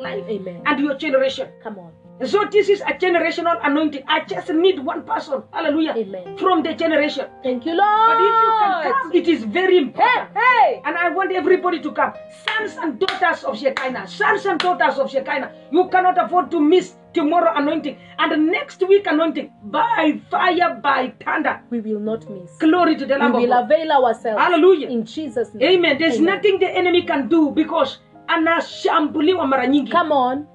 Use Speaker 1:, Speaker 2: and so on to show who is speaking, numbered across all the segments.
Speaker 1: life
Speaker 2: Amen.
Speaker 1: and your generation.
Speaker 2: Come on.
Speaker 1: So this is a generational anointing. I just need one person, hallelujah,
Speaker 2: Amen.
Speaker 1: from the generation.
Speaker 2: Thank you,
Speaker 1: But if you can
Speaker 2: Lord.
Speaker 1: come, it is very important.
Speaker 2: Hey,
Speaker 1: And I want everybody to come. Sons and daughters of Shekinah. Sons and daughters of Shekinah. You cannot afford to miss tomorrow anointing and the next week anointing by fire, by thunder.
Speaker 2: we will not miss.
Speaker 1: Glory to the
Speaker 2: We
Speaker 1: Lamb of
Speaker 2: will
Speaker 1: God.
Speaker 2: avail ourselves.
Speaker 1: Hallelujah.
Speaker 2: In Jesus' name.
Speaker 1: Amen. There's nothing the enemy can do because anashambuliwa mara nyingi.
Speaker 2: Come on.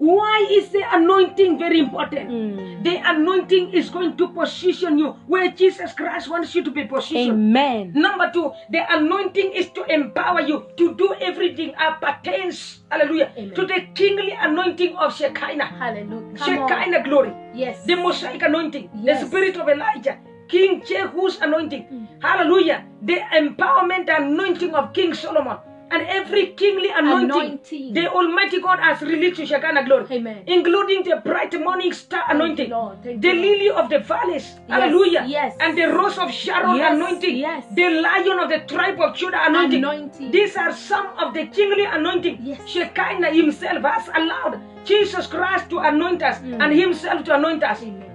Speaker 1: Why is the anointing very important?
Speaker 2: Mm.
Speaker 1: The anointing is going to position you where Jesus Christ wants you to be positioned.
Speaker 2: Amen.
Speaker 1: Number two, the anointing is to empower you to do everything appertains, hallelujah,
Speaker 2: Amen.
Speaker 1: to the kingly anointing of Shekinah.
Speaker 2: Hallelujah. Come on.
Speaker 1: Shekinah glory,
Speaker 2: Yes.
Speaker 1: the Mosaic anointing,
Speaker 2: Yes. Mm.
Speaker 1: the spirit of Elijah, King Jehu's anointing, hallelujah, the empowerment anointing of King Solomon. And every kingly anointing,
Speaker 2: Anointing.
Speaker 1: the Almighty God has released to Shekinah glory,
Speaker 2: Amen.
Speaker 1: including the bright morning star
Speaker 2: you,
Speaker 1: anointing,
Speaker 2: Lord. Thank
Speaker 1: the
Speaker 2: you, Lord.
Speaker 1: lily of the valleys, hallelujah,
Speaker 2: yes.
Speaker 1: and the rose of Sharon
Speaker 2: Yes,
Speaker 1: anointing,
Speaker 2: yes.
Speaker 1: the lion of the tribe of Judah anointing.
Speaker 2: Anointing.
Speaker 1: These are some of the kingly anointing
Speaker 2: Yes.
Speaker 1: Shekinah himself has allowed Jesus Christ to anoint us and himself to anoint us.
Speaker 2: Amen.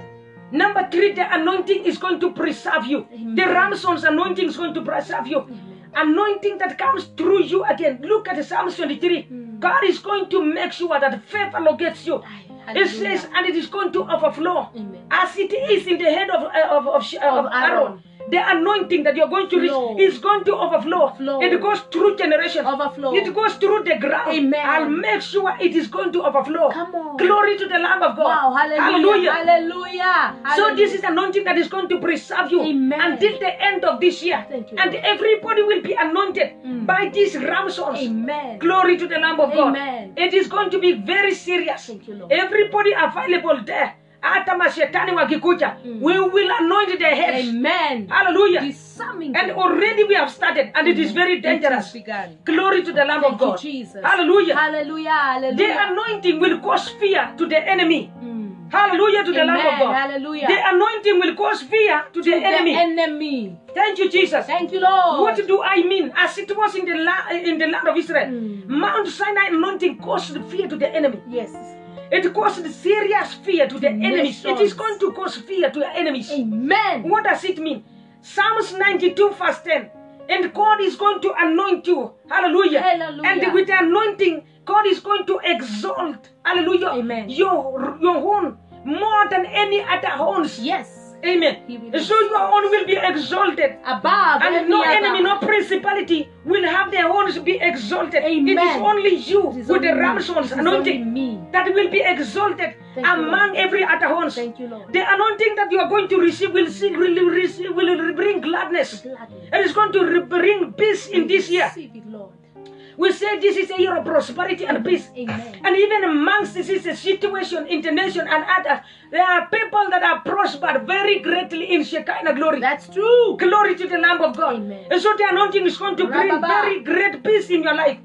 Speaker 1: Number three, the anointing is going to preserve you.
Speaker 2: Amen.
Speaker 1: The Ramson's anointing is going to preserve you. Anointing that comes through you again. Look at Psalm 23.
Speaker 2: Mm.
Speaker 1: God is going to make sure that favor locates you. It
Speaker 2: Hallelujah.
Speaker 1: says, and it is going to overflow.
Speaker 2: Amen.
Speaker 1: As it is in the head of, uh, of, of, Sh-
Speaker 2: Of
Speaker 1: of
Speaker 2: Aaron.
Speaker 1: Aaron, the anointing that you're going to reach
Speaker 2: Flow.
Speaker 1: is going to overflow.
Speaker 2: Flow.
Speaker 1: It goes through generation.
Speaker 2: Overflow.
Speaker 1: It goes through the ground.
Speaker 2: Amen.
Speaker 1: I'll make sure it is going to overflow.
Speaker 2: Come on.
Speaker 1: Glory to the Lamb of God.
Speaker 2: Wow, hallelujah. Hallelujah.
Speaker 1: So this is anointing that is going to preserve you
Speaker 2: Amen.
Speaker 1: until the end of this year.
Speaker 2: Thank you,
Speaker 1: and
Speaker 2: Lord.
Speaker 1: everybody will be anointed
Speaker 2: Mm.
Speaker 1: by these ramsons.
Speaker 2: Amen.
Speaker 1: Glory to the Lamb of God.
Speaker 2: Amen.
Speaker 1: It is going to be very serious.
Speaker 2: Thank you, Lord.
Speaker 1: Everybody available there. Hata mashetani wakikuja.
Speaker 2: Mm.
Speaker 1: We will anoint their heads.
Speaker 2: Amen.
Speaker 1: Hallelujah.
Speaker 2: Disarming
Speaker 1: And
Speaker 2: them.
Speaker 1: already we have started and it is very
Speaker 2: It has
Speaker 1: dangerous.
Speaker 2: begun.
Speaker 1: Glory to the Lamb
Speaker 2: Thank
Speaker 1: of God.
Speaker 2: you, Jesus.
Speaker 1: Hallelujah. The
Speaker 2: Hallelujah. Hallelujah.
Speaker 1: anointing will cause fear to the enemy.
Speaker 2: Mm.
Speaker 1: Hallelujah to the Lamb of
Speaker 2: Amen.
Speaker 1: God.
Speaker 2: Hallelujah.
Speaker 1: The anointing will cause fear to, the
Speaker 2: The
Speaker 1: enemy.
Speaker 2: enemy.
Speaker 1: Thank you, Jesus.
Speaker 2: Thank you, Lord.
Speaker 1: What do I mean? As it was in the la- eh, in the land of Israel,
Speaker 2: Mm.
Speaker 1: Mount Sinai anointing caused fear to the enemy.
Speaker 2: Yes.
Speaker 1: It caused serious fear to the enemies. It is
Speaker 2: Nations.
Speaker 1: going to cause fear to your enemies.
Speaker 2: Amen.
Speaker 1: What does it mean? Psalms 92, verse 10. And God is going to anoint you. Hallelujah.
Speaker 2: Hallelujah.
Speaker 1: And with the anointing, God is going to exalt, hallelujah,
Speaker 2: Amen.
Speaker 1: Your, your horn more than any other horns.
Speaker 2: Yes. He
Speaker 1: Amen.
Speaker 2: will
Speaker 1: So your horn will be exalted.
Speaker 2: Above
Speaker 1: And
Speaker 2: every
Speaker 1: no
Speaker 2: other.
Speaker 1: enemy, no principality will have their horns be exalted. It is
Speaker 2: Amen.
Speaker 1: only you
Speaker 2: It is
Speaker 1: with the
Speaker 2: only me.
Speaker 1: ramsons
Speaker 2: It is only
Speaker 1: anointing
Speaker 2: me.
Speaker 1: that will be exalted
Speaker 2: Thank you,
Speaker 1: among every other horns.
Speaker 2: Thank you, Lord.
Speaker 1: The anointing that you are going to receive will, see, will, receive, will bring gladness.
Speaker 2: Gladly.
Speaker 1: It is going to re- bring peace in this year.
Speaker 2: Receive it, Lord.
Speaker 1: We say this is a year of prosperity and peace.
Speaker 2: Amen.
Speaker 1: And even amongst this is a situation in the nation and others, there are people that are prospered very greatly in Shekinah glory.
Speaker 2: That's true.
Speaker 1: Glory to the Lamb of God.
Speaker 2: Amen.
Speaker 1: And so the anointing is going to bring
Speaker 2: Rababa.
Speaker 1: very great peace in your life.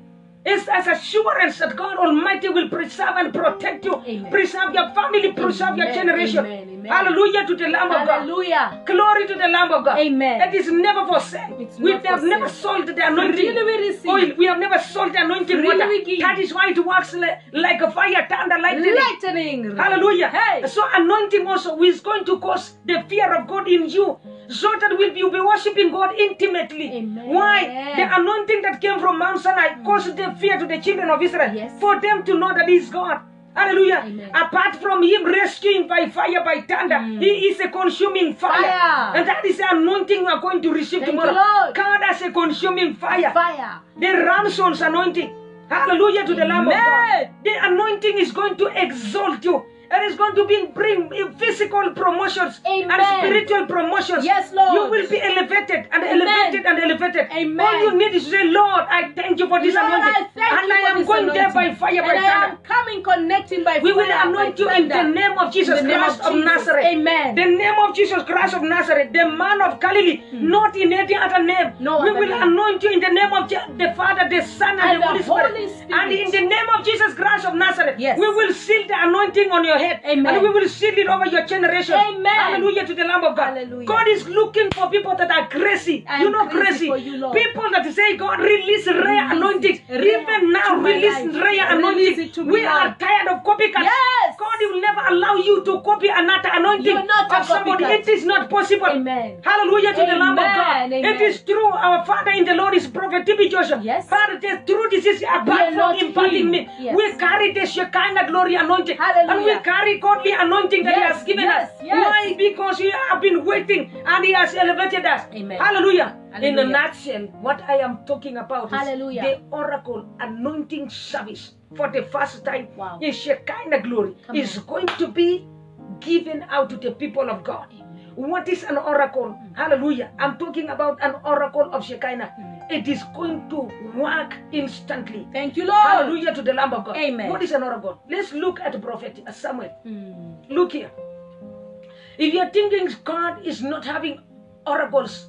Speaker 1: It's as assurance that God Almighty will preserve and protect you,
Speaker 2: Amen.
Speaker 1: preserve your family, preserve your
Speaker 2: Amen,
Speaker 1: generation.
Speaker 2: amen, amen.
Speaker 1: Hallelujah to the Lamb of God.
Speaker 2: Hallelujah.
Speaker 1: Glory to the Lamb of God.
Speaker 2: Amen.
Speaker 1: That is never for sale.
Speaker 2: It's
Speaker 1: we
Speaker 2: not
Speaker 1: have
Speaker 2: for
Speaker 1: never
Speaker 2: sale.
Speaker 1: sold the anointing.
Speaker 2: Freely we receive.
Speaker 1: oil. We have never sold the anointing
Speaker 2: Freely
Speaker 1: water.
Speaker 2: we give.
Speaker 1: That is why it works li- like a fire, thunder, lightning.
Speaker 2: Lightning.
Speaker 1: Hallelujah.
Speaker 2: Hey.
Speaker 1: So anointing also is going to cause the fear of God in you. So that will be, you'll be worshiping God intimately.
Speaker 2: Amen. Mm.
Speaker 1: Why? The anointing that came from Mount Sinai caused the fear to the children of Israel.
Speaker 2: Yes.
Speaker 1: For them to know that He's God. Hallelujah.
Speaker 2: Amen. Mm.
Speaker 1: Apart from Him rescuing by fire, by thunder, He is a consuming fire.
Speaker 2: Fire.
Speaker 1: And that is the anointing we are going to receive
Speaker 2: Thank you,
Speaker 1: tomorrow.
Speaker 2: Lord.
Speaker 1: God as a consuming fire.
Speaker 2: Fire.
Speaker 1: The Ramson's anointing. Hallelujah to the Lamb of God.
Speaker 2: Amen.
Speaker 1: The anointing is going to exalt you. It is going to be bring physical promotions and
Speaker 2: Amen.
Speaker 1: spiritual promotions.
Speaker 2: Yes, Lord.
Speaker 1: You will be elevated and
Speaker 2: Amen.
Speaker 1: elevated and elevated.
Speaker 2: Amen.
Speaker 1: All you need is to say, Lord, I thank you for this
Speaker 2: Lord, I
Speaker 1: anointing.
Speaker 2: thank
Speaker 1: and
Speaker 2: you
Speaker 1: I
Speaker 2: for
Speaker 1: am
Speaker 2: this
Speaker 1: going there by
Speaker 2: anointing.
Speaker 1: fire, by
Speaker 2: And I am
Speaker 1: thunder.
Speaker 2: coming, connecting by
Speaker 1: We will
Speaker 2: fire,
Speaker 1: anoint
Speaker 2: by
Speaker 1: you in the
Speaker 2: thunder.
Speaker 1: name of Jesus
Speaker 2: In the name
Speaker 1: Christ of
Speaker 2: Jesus.
Speaker 1: Nazareth.
Speaker 2: Amen.
Speaker 1: The name of Jesus Christ of Nazareth, the man of Galilee, not in any other name.
Speaker 2: Hmm. No
Speaker 1: we
Speaker 2: other
Speaker 1: will
Speaker 2: name.
Speaker 1: anoint you in the name of Je- the Father, the Son, and,
Speaker 2: And
Speaker 1: the Holy
Speaker 2: the
Speaker 1: Spirit.
Speaker 2: Holy
Speaker 1: And
Speaker 2: Spirit.
Speaker 1: in the name of Jesus Christ of Nazareth,
Speaker 2: Yes.
Speaker 1: we will seal the anointing on your head.
Speaker 2: Amen.
Speaker 1: And we will seal it over your generation.
Speaker 2: Amen.
Speaker 1: Hallelujah to the Lamb of God.
Speaker 2: Hallelujah.
Speaker 1: God is looking for people that are crazy.
Speaker 2: I
Speaker 1: you
Speaker 2: am
Speaker 1: know, crazy.
Speaker 2: crazy for you, Lord.
Speaker 1: people that say, God, release rare
Speaker 2: Release
Speaker 1: anointing.
Speaker 2: it, rare
Speaker 1: Even now,
Speaker 2: to my
Speaker 1: release
Speaker 2: life.
Speaker 1: rare
Speaker 2: Release it to
Speaker 1: anointing.
Speaker 2: me,
Speaker 1: We are
Speaker 2: Lord.
Speaker 1: tired of copycats.
Speaker 2: Yes.
Speaker 1: God will never allow you to copy another anointing
Speaker 2: You're not a
Speaker 1: of somebody.
Speaker 2: copycat.
Speaker 1: It is not possible.
Speaker 2: Amen.
Speaker 1: Hallelujah to the Lamb of God.
Speaker 2: Amen, amen.
Speaker 1: It is true. Our Father in the Lord is Prophet T.B. Joshua.
Speaker 2: Yes.
Speaker 1: Father, the true disease apart
Speaker 2: are
Speaker 1: from
Speaker 2: not
Speaker 1: imparting
Speaker 2: him.
Speaker 1: me.
Speaker 2: Yes.
Speaker 1: We carry the Shekinah glory anointing. And we
Speaker 2: Hallelujah.
Speaker 1: carry godly anointing that He
Speaker 2: Yes,
Speaker 1: has given
Speaker 2: yes,
Speaker 1: us.
Speaker 2: yes.
Speaker 1: Why? Because we have been waiting and He has elevated us.
Speaker 2: Amen.
Speaker 1: Hallelujah. In a
Speaker 2: Hallelujah.
Speaker 1: nutshell, what I am talking about is
Speaker 2: Hallelujah.
Speaker 1: the Oracle anointing service for the first time
Speaker 2: Wow.
Speaker 1: in Shekinah glory
Speaker 2: Come
Speaker 1: is
Speaker 2: on.
Speaker 1: going to be given out to the people of God.
Speaker 2: Amen.
Speaker 1: What is an oracle? Hallelujah. I'm talking about an oracle of Shekinah.
Speaker 2: Mm.
Speaker 1: It is going to work instantly.
Speaker 2: Thank you, Lord.
Speaker 1: Hallelujah to the Lamb of God.
Speaker 2: Amen.
Speaker 1: What is an oracle? Let's look at the prophet uh, Samuel.
Speaker 2: Mm.
Speaker 1: Look here. If you're thinking God is not having oracles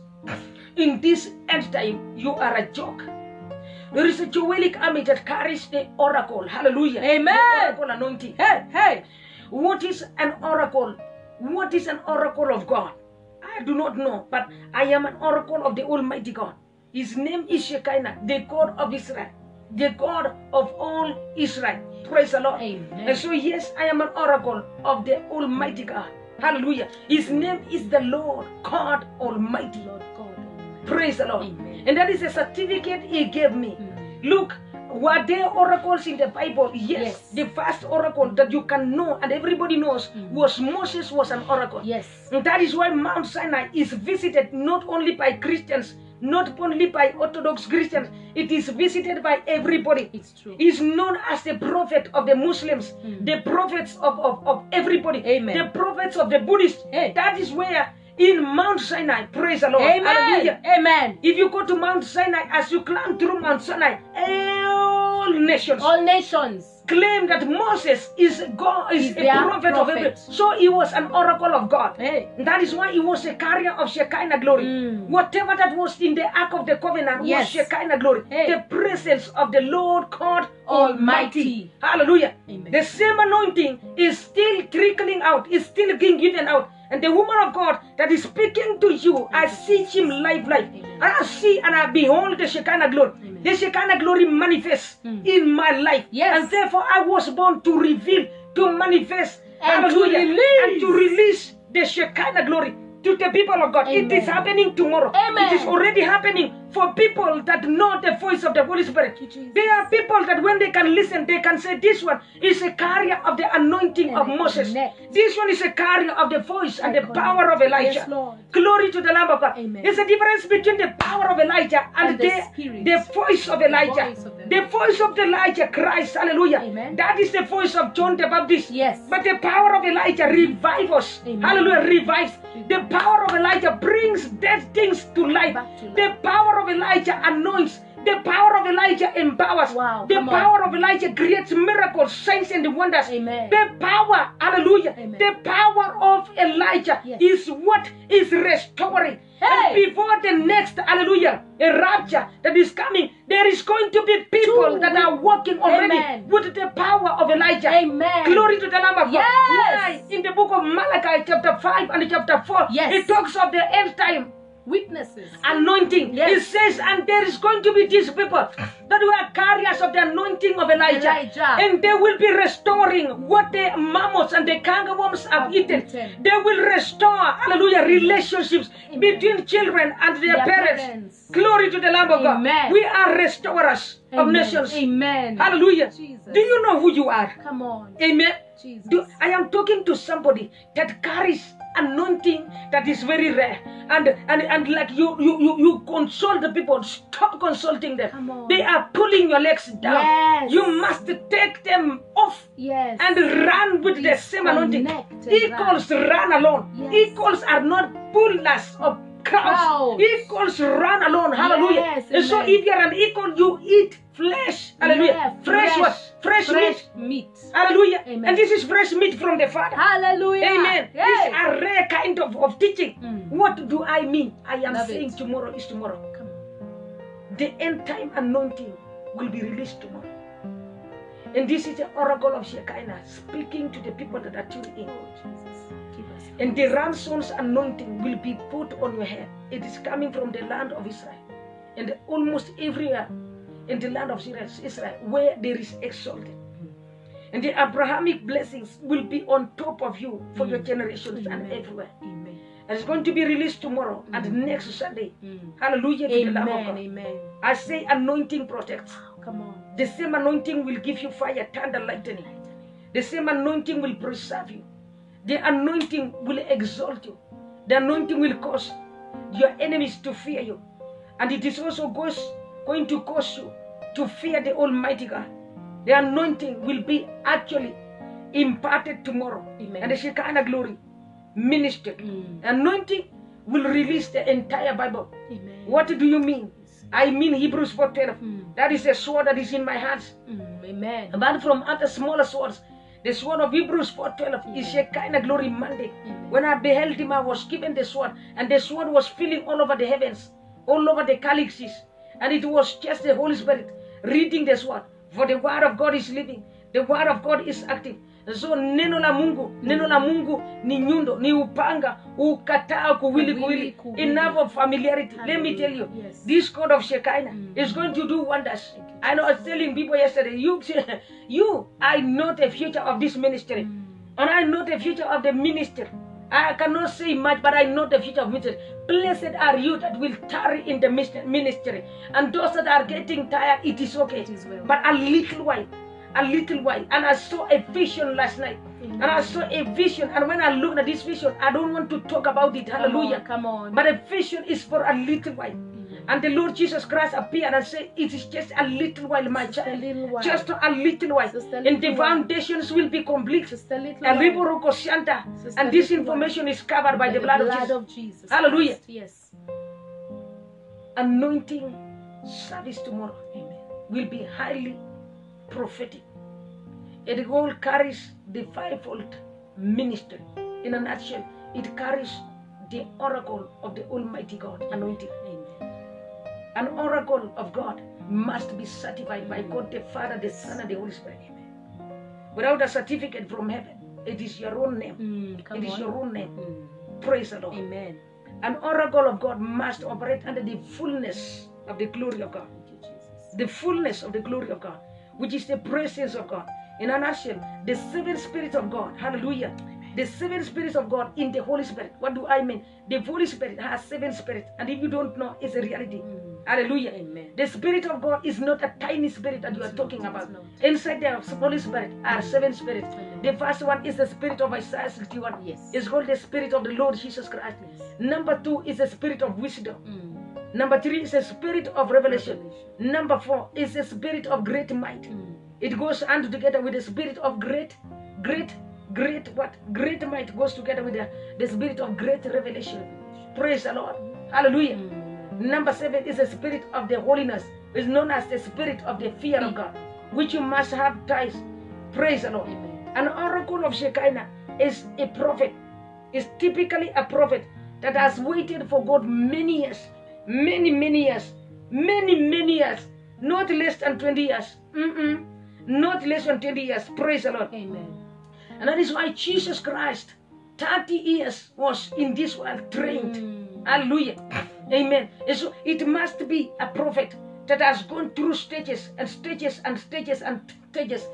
Speaker 1: in this end time, you are a joke. There is a Joelic army that carries the oracle. Hallelujah.
Speaker 2: Amen.
Speaker 1: The oracle anointing.
Speaker 2: Hey, hey.
Speaker 1: What is an oracle? What is an oracle of God? I do not know, but I am an oracle of the Almighty God. His name is Shekinah, the God of Israel, the God of all Israel. Praise the Lord.
Speaker 2: Amen.
Speaker 1: And so, yes, I am an oracle of the Almighty God. Hallelujah. His name is the Lord God Almighty.
Speaker 2: Lord God Almighty.
Speaker 1: Praise the Lord.
Speaker 2: Amen.
Speaker 1: And that is a certificate he gave me.
Speaker 2: Mm.
Speaker 1: Look, were there oracles in the Bible? Yes.
Speaker 2: Yes.
Speaker 1: The first oracle that you can know and everybody knows
Speaker 2: Mm.
Speaker 1: was Moses was an oracle.
Speaker 2: Yes.
Speaker 1: And that is why Mount Sinai is visited not only by Christians, not only by Orthodox Christians, it is visited by everybody.
Speaker 2: It's true.
Speaker 1: Is known as the prophet of the Muslims,
Speaker 2: Mm.
Speaker 1: the prophets of, of, of everybody,
Speaker 2: Amen.
Speaker 1: the prophets of the Buddhists.
Speaker 2: Hey.
Speaker 1: That is where in Mount Sinai, praise the Lord. Hallelujah.
Speaker 2: Amen. Amen.
Speaker 1: If you go to Mount Sinai, as you climb through Mount Sinai, all nations
Speaker 2: All nations.
Speaker 1: claim that Moses is God, is
Speaker 2: Is
Speaker 1: a
Speaker 2: their
Speaker 1: prophet, of
Speaker 2: prophet.
Speaker 1: every. So he was an oracle of God.
Speaker 2: Hey.
Speaker 1: That is why he was a carrier of Shekinah glory.
Speaker 2: Mm.
Speaker 1: Whatever that was in the Ark of the Covenant
Speaker 2: Yes.
Speaker 1: was Shekinah glory.
Speaker 2: Hey.
Speaker 1: The presence of the Lord God Almighty.
Speaker 2: Almighty.
Speaker 1: Hallelujah.
Speaker 2: Amen.
Speaker 1: The same anointing is still trickling out, is still being given out. And the woman of God that is speaking to you, I see him live, live.
Speaker 2: Amen.
Speaker 1: And I see and I behold the Shekinah glory.
Speaker 2: Amen.
Speaker 1: The Shekinah glory manifests
Speaker 2: Mm.
Speaker 1: in my life.
Speaker 2: Yes.
Speaker 1: And therefore I was born to reveal, to manifest,
Speaker 2: And to
Speaker 1: Hallelujah.
Speaker 2: release.
Speaker 1: And to release the Shekinah glory to the people of God. It
Speaker 2: Amen.
Speaker 1: is happening tomorrow.
Speaker 2: Amen.
Speaker 1: It is already happening for people that know the voice of the Holy Spirit.
Speaker 2: Thank you, Jesus.
Speaker 1: There are people that when they can listen, they can say, This one is a carrier of the anointing
Speaker 2: And
Speaker 1: of
Speaker 2: I
Speaker 1: Moses.
Speaker 2: connect.
Speaker 1: This one is a carrier of the voice and
Speaker 2: I
Speaker 1: the
Speaker 2: connect.
Speaker 1: power of Elijah.
Speaker 2: Yes, Lord.
Speaker 1: Glory to the Lamb of God.
Speaker 2: Amen.
Speaker 1: There's a difference between the power of Elijah and,
Speaker 2: And the spirit.
Speaker 1: the voice of Elijah.
Speaker 2: voice of
Speaker 1: The
Speaker 2: Elijah.
Speaker 1: voice of Elijah Christ, hallelujah.
Speaker 2: Amen.
Speaker 1: That is the voice of John the Baptist.
Speaker 2: Yes.
Speaker 1: But the power of Elijah revives us.
Speaker 2: Amen.
Speaker 1: Hallelujah. Revives.
Speaker 2: Revives.
Speaker 1: The power of Elijah brings dead things to life.
Speaker 2: Back to life.
Speaker 1: The power of Elijah anoints. The power of Elijah empowers.
Speaker 2: Wow,
Speaker 1: the
Speaker 2: come on.
Speaker 1: power of Elijah creates miracles, signs, and wonders.
Speaker 2: Amen.
Speaker 1: The power, hallelujah.
Speaker 2: Amen.
Speaker 1: The power of Elijah
Speaker 2: Yes.
Speaker 1: is what is restoring. And
Speaker 2: Hey!
Speaker 1: before the next, hallelujah, a rapture that is coming, there is going to be people
Speaker 2: Two
Speaker 1: that are walking already
Speaker 2: Amen.
Speaker 1: with the power of Elijah.
Speaker 2: Amen.
Speaker 1: Glory to the Lamb of God.
Speaker 2: Yes.
Speaker 1: Why? In the book of Malachi, chapter 5 and chapter 4,
Speaker 2: Yes.
Speaker 1: it talks of the end time
Speaker 2: Witnesses.
Speaker 1: anointing.
Speaker 2: Yes.
Speaker 1: It says, and there is going to be these people that were carriers of the anointing of Elijah.
Speaker 2: Elijah.
Speaker 1: And they will be restoring what the mammoths and the kangarworms have
Speaker 2: Have
Speaker 1: eaten.
Speaker 2: eaten.
Speaker 1: They will restore, hallelujah, relationships
Speaker 2: Amen.
Speaker 1: between children and their,
Speaker 2: Their
Speaker 1: parents.
Speaker 2: parents.
Speaker 1: Glory to the Lamb of God.
Speaker 2: Amen.
Speaker 1: We are restorers of
Speaker 2: Amen.
Speaker 1: nations.
Speaker 2: Amen.
Speaker 1: Hallelujah.
Speaker 2: Jesus.
Speaker 1: Do you know who you are?
Speaker 2: Come on.
Speaker 1: Amen.
Speaker 2: Jesus.
Speaker 1: Do- I am talking to somebody that carries anointing that is very rare. And and, and like you, you you you console the people. Stop consulting
Speaker 2: Come
Speaker 1: them.
Speaker 2: on.
Speaker 1: They are pulling your legs down.
Speaker 2: Yes.
Speaker 1: You must take them off
Speaker 2: yes.
Speaker 1: and run with the same anointing.
Speaker 2: Disconnect and
Speaker 1: Equals run alone.
Speaker 2: Yes.
Speaker 1: Equals are not pullers of crowds.
Speaker 2: Crowds.
Speaker 1: Equals run alone. Hallelujah.
Speaker 2: Yes,
Speaker 1: It And so if you are an eagle, you eat flesh. Hallelujah.
Speaker 2: Yeah,
Speaker 1: fresh, what? Fresh, meat.
Speaker 2: fresh meat.
Speaker 1: Hallelujah.
Speaker 2: Amen.
Speaker 1: And this is fresh meat from the Father.
Speaker 2: Hallelujah.
Speaker 1: Amen. These
Speaker 2: Hey.
Speaker 1: are rare kind of, of teaching.
Speaker 2: Mm.
Speaker 1: What do I mean? I am
Speaker 2: Love
Speaker 1: saying
Speaker 2: it.
Speaker 1: tomorrow is tomorrow.
Speaker 2: Come on.
Speaker 1: The end time anointing will be released tomorrow. And this is the oracle of Shekinah speaking to the people that are tuned in.
Speaker 2: Oh, Jesus. Keep us.
Speaker 1: And the ransom's anointing will be put on your head. It is coming from the land of Israel. And almost everywhere in the land of Israel, Israel, where there is exalted. And the Abrahamic blessings will be on top of you for your generations and
Speaker 2: Mm. Amen.
Speaker 1: everywhere.
Speaker 2: Amen.
Speaker 1: And it's going to be released tomorrow and next Sunday.
Speaker 2: Mm.
Speaker 1: Hallelujah to the Lamb of
Speaker 2: Amen.
Speaker 1: God.
Speaker 2: Amen.
Speaker 1: I say anointing protects.
Speaker 2: Come on.
Speaker 1: The same anointing will give you fire, thunder, lightning. The same anointing will preserve you. The anointing will exalt you. The anointing will cause your enemies to fear you. And it is also goes, going to cause you to fear the Almighty God. The anointing will be actually imparted tomorrow.
Speaker 2: Amen.
Speaker 1: And the Shekinah glory ministered.
Speaker 2: Mm.
Speaker 1: Anointing will release the entire Bible.
Speaker 2: Amen.
Speaker 1: What do you mean? I mean Hebrews 4.12.
Speaker 2: Mm.
Speaker 1: That is a sword that is in my hands.
Speaker 2: Mm. Amen.
Speaker 1: Apart from other smaller swords, the sword of Hebrews 4.12 is a kind of glory mandate. When I beheld him, I was given the sword, and the sword was filling all over the heavens, all over the galaxies. And it was just the Holy Spirit reading the sword. For the word of God is living, the word of God is active. So neno la Mungu, neno la Mungu ni nyundo, ni upanga, ukataa kuwili kuwili.
Speaker 2: Kuwili, kuwili.
Speaker 1: Enough of familiarity. Let me tell you,
Speaker 2: Hallelujah. Yes.
Speaker 1: this God of Shekinah
Speaker 2: Mm.
Speaker 1: is going to do wonders. I know I was telling people yesterday, you, you, I know the future of this ministry.
Speaker 2: Mm.
Speaker 1: And I know the future of the minister. I cannot say much, but I know the future of ministry. Blessed are you that will tarry in the mis- ministry. And those that are getting tired, it is okay.
Speaker 2: It is well.
Speaker 1: But a little while, a little while. And I saw a vision last night. And I saw a vision. And when I looked at this vision, I don't want to talk about it.
Speaker 2: Come on,
Speaker 1: Hallelujah.
Speaker 2: Come on.
Speaker 1: But a vision is for a little while.
Speaker 2: Amen.
Speaker 1: And the Lord Jesus Christ appeared and said, It is just a little while, my
Speaker 2: Just a
Speaker 1: child.
Speaker 2: little while.
Speaker 1: Just a little while.
Speaker 2: Just a
Speaker 1: and the
Speaker 2: little while.
Speaker 1: foundations will be complete.
Speaker 2: Just a little.
Speaker 1: A
Speaker 2: while.
Speaker 1: river of Oceanta.
Speaker 2: Sister
Speaker 1: And this
Speaker 2: Little
Speaker 1: information is covered by the blood of Jesus.
Speaker 2: Jesus.
Speaker 1: Hallelujah.
Speaker 2: Christ. Yes.
Speaker 1: Anointing service tomorrow
Speaker 2: Amen.
Speaker 1: will be highly prophetic. It all carries the fivefold ministry. In a nutshell, it carries the oracle of the Almighty God, anointing.
Speaker 2: Amen.
Speaker 1: An oracle of God must be certified by God the Father, the Son, and the Holy Spirit. Without a certificate from heaven, it is your own name.
Speaker 2: Mm, come
Speaker 1: It is
Speaker 2: on.
Speaker 1: your own name.
Speaker 2: Mm.
Speaker 1: Praise the Lord.
Speaker 2: Amen.
Speaker 1: An oracle of God must operate under the fullness of the glory of God.
Speaker 2: Thank you, Jesus.
Speaker 1: The fullness of the glory of God, which is the presence of God. In an action, the seven spirits of God. Hallelujah. The seven spirits of God in the Holy Spirit. What do I mean? The Holy Spirit has seven spirits, and if you don't know, it's a reality.
Speaker 2: Mm.
Speaker 1: Hallelujah.
Speaker 2: Amen.
Speaker 1: The Spirit of God is not a tiny spirit that you are
Speaker 2: It's
Speaker 1: talking
Speaker 2: not,
Speaker 1: about.
Speaker 2: it's not.
Speaker 1: Inside the Holy Spirit are seven spirits. The first one is the spirit of Isaiah 61.
Speaker 2: Yes.
Speaker 1: It's called the spirit of the Lord Jesus Christ.
Speaker 2: Yes.
Speaker 1: Number two is the spirit of wisdom.
Speaker 2: Mm.
Speaker 1: Number three is the spirit of revelation.
Speaker 2: Revelation.
Speaker 1: Number four is the spirit of great might.
Speaker 2: Mm.
Speaker 1: It goes hand together with the spirit of great, great, great what? Great might goes together with the, the spirit of great revelation. Praise the Lord. Hallelujah.
Speaker 2: Mm.
Speaker 1: Number seven is the spirit of the holiness, is known as the spirit of the fear of God, which you must have ties. Praise the Lord.
Speaker 2: Amen.
Speaker 1: An oracle of Shekinah is a prophet, is typically a prophet that has waited for God many years, many, many years, many, many years, not less than 20 years. Mm-mm. Not less than 20 years. Praise the Lord.
Speaker 2: Amen.
Speaker 1: And that is why Jesus Christ, 30 years, was in this world trained.
Speaker 2: Mm.
Speaker 1: Hallelujah. Amen. And so it must be a prophet that has gone through stages and stages and stages and stages.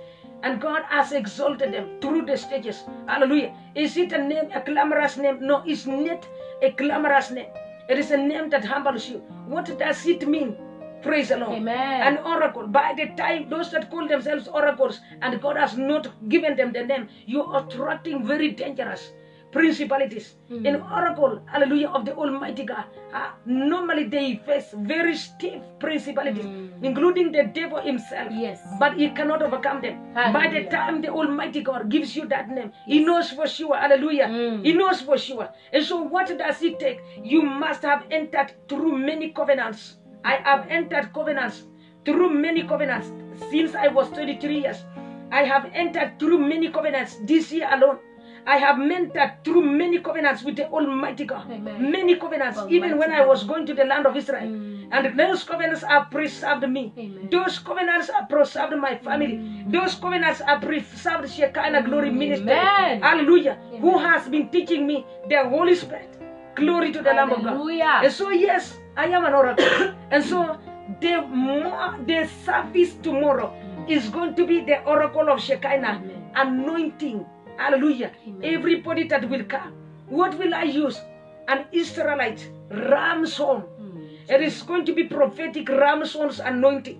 Speaker 1: And God has exalted them through the stages. Hallelujah. Is it a name, a glamorous name? No, it's not a glamorous name. It is a name that humbles you. What does it mean? Praise the Lord.
Speaker 2: Amen.
Speaker 1: An oracle. By the time those that call themselves oracles and God has not given them the name, you are attracting very dangerous principalities.
Speaker 2: Mm.
Speaker 1: In oracle, hallelujah, of the Almighty God. Uh, normally they face very stiff principalities,
Speaker 2: Mm.
Speaker 1: including the devil himself.
Speaker 2: Yes.
Speaker 1: But he cannot overcome them. By the
Speaker 2: Hallelujah.
Speaker 1: time the Almighty God gives you that name, he knows for sure. Hallelujah.
Speaker 2: Mm.
Speaker 1: He knows for sure. And so, what does it take? You must have entered through many covenants. I have entered covenants through many covenants since I was 23 years. I have entered through many covenants this year alone. I have mentored through many covenants with the Almighty God.
Speaker 2: Amen.
Speaker 1: Many covenants, even
Speaker 2: Almighty
Speaker 1: when I
Speaker 2: God.
Speaker 1: was going to the land of Israel.
Speaker 2: Mm.
Speaker 1: And those covenants have preserved me.
Speaker 2: Amen.
Speaker 1: Those covenants have preserved my family. Those covenants have preserved Shekinah Glory Ministry.
Speaker 2: Amen.
Speaker 1: Hallelujah. Who
Speaker 2: Amen.
Speaker 1: has been teaching me the Holy Spirit. Glory to the Lamb of God.
Speaker 2: Hallelujah.
Speaker 1: And so yes, I am an oracle. and so the more the service tomorrow is going to be the oracle of Shekinah
Speaker 2: Mm. Amen.
Speaker 1: anointing. Hallelujah.
Speaker 2: Amen.
Speaker 1: Everybody that will come. What will I use? An Israelite ram's horn.
Speaker 2: Mm.
Speaker 1: It is going to be prophetic ram's horn's anointing.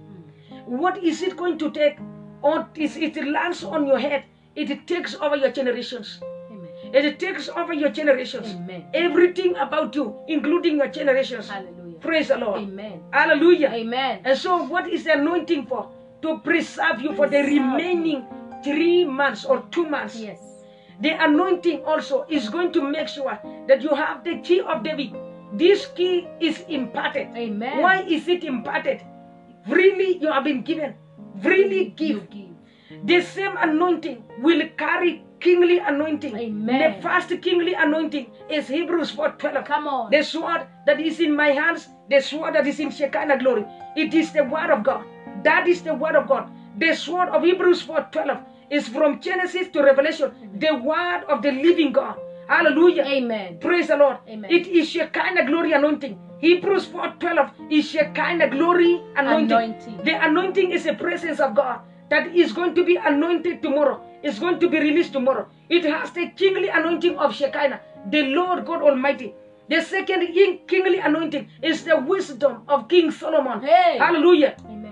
Speaker 1: What is it going to take? On is it lands on your head? It takes over your generations.
Speaker 2: Amen.
Speaker 1: It takes over your generations.
Speaker 2: Amen.
Speaker 1: Everything about you, including your generations.
Speaker 2: Hallelujah.
Speaker 1: Praise the Lord.
Speaker 2: Amen.
Speaker 1: Hallelujah.
Speaker 2: Amen.
Speaker 1: And so, what is the anointing for? To preserve you for the
Speaker 2: Preserve you.
Speaker 1: remaining three months or two months.
Speaker 2: Yes.
Speaker 1: The anointing also is going to make sure that you have the key of David. This key is imparted.
Speaker 2: Amen.
Speaker 1: Why is it imparted? Freely you have been given. Freely give.
Speaker 2: You give.
Speaker 1: The same anointing will carry kingly anointing.
Speaker 2: Amen.
Speaker 1: The first kingly anointing is Hebrews 4:12.
Speaker 2: Come on.
Speaker 1: The sword that is in my hands, the sword that is in Shekinah glory. It is the word of God. That is the word of God. The sword of Hebrews 4:12 is from Genesis to Revelation, the word of the living God. Hallelujah.
Speaker 2: Amen.
Speaker 1: Praise the Lord.
Speaker 2: Amen.
Speaker 1: It is Shekinah glory anointing. Hebrews 4:12 is Shekinah glory anointing.
Speaker 2: Anointing.
Speaker 1: The anointing is a presence of God that is going to be anointed tomorrow. It's going to be released tomorrow. It has the kingly anointing of Shekinah, the Lord God Almighty. The second in- kingly anointing is the wisdom of King Solomon.
Speaker 2: Hey.
Speaker 1: Hallelujah.
Speaker 2: Amen.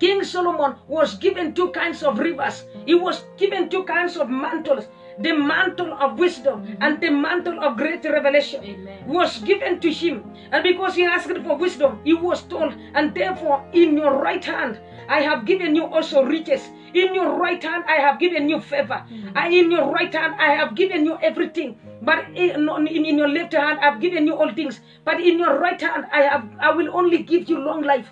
Speaker 1: King Solomon was given two kinds of rivers. He was given two kinds of mantles the mantle of wisdom and the mantle of great revelation
Speaker 2: Amen.
Speaker 1: was given to him. And because he asked for wisdom, he was told, And therefore, in your right hand, I have given you also riches. In your right hand, I have given you favor. And in your right hand, I have given you everything. But in, in, in your left hand, I've given you all things. But in your right hand, I, have, I will only give you long life.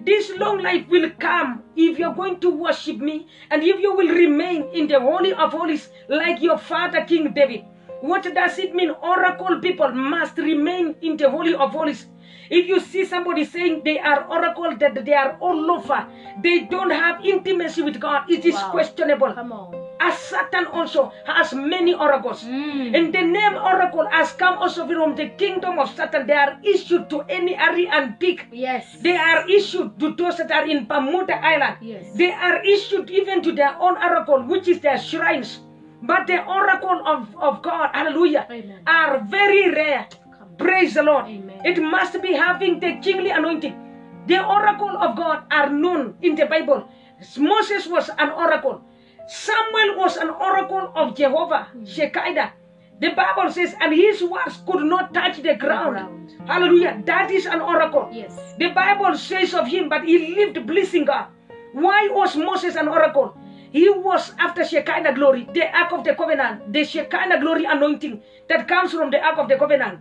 Speaker 1: This long life will come if you're going to worship me and if you will remain in the Holy of Holies like your father, King David. What does it mean? Oracle people must remain in the Holy of Holies. If you see somebody saying they are oracle, that they are all over, they don't have intimacy with God, it is
Speaker 2: Wow.
Speaker 1: questionable.
Speaker 2: Come on.
Speaker 1: As Satan also has many oracles.
Speaker 2: Mm.
Speaker 1: And the name oracle has come also from the kingdom of Satan. They are issued to any Ari and Dick.
Speaker 2: Yes.
Speaker 1: They are issued to those that are in Bermuda Island.
Speaker 2: Yes.
Speaker 1: They are issued even to their own oracle, which is their shrines. But the oracle of, of God, hallelujah,
Speaker 2: Amen.
Speaker 1: are very rare.
Speaker 2: Come on.
Speaker 1: Praise the Lord.
Speaker 2: Amen.
Speaker 1: It must be having the kingly anointing. The oracle of God are known in the Bible. Moses was an oracle. Samuel was an oracle of Jehovah,
Speaker 2: Hmm.
Speaker 1: Shekinah. The Bible says, and his words could not touch the ground.
Speaker 2: ground.
Speaker 1: Hallelujah. That is an oracle.
Speaker 2: Yes.
Speaker 1: The Bible says of him, but he lived blessing God. Why was Moses an oracle? He was after Shekinah glory, the Ark of the Covenant, the Shekinah glory anointing that comes from the Ark of the Covenant.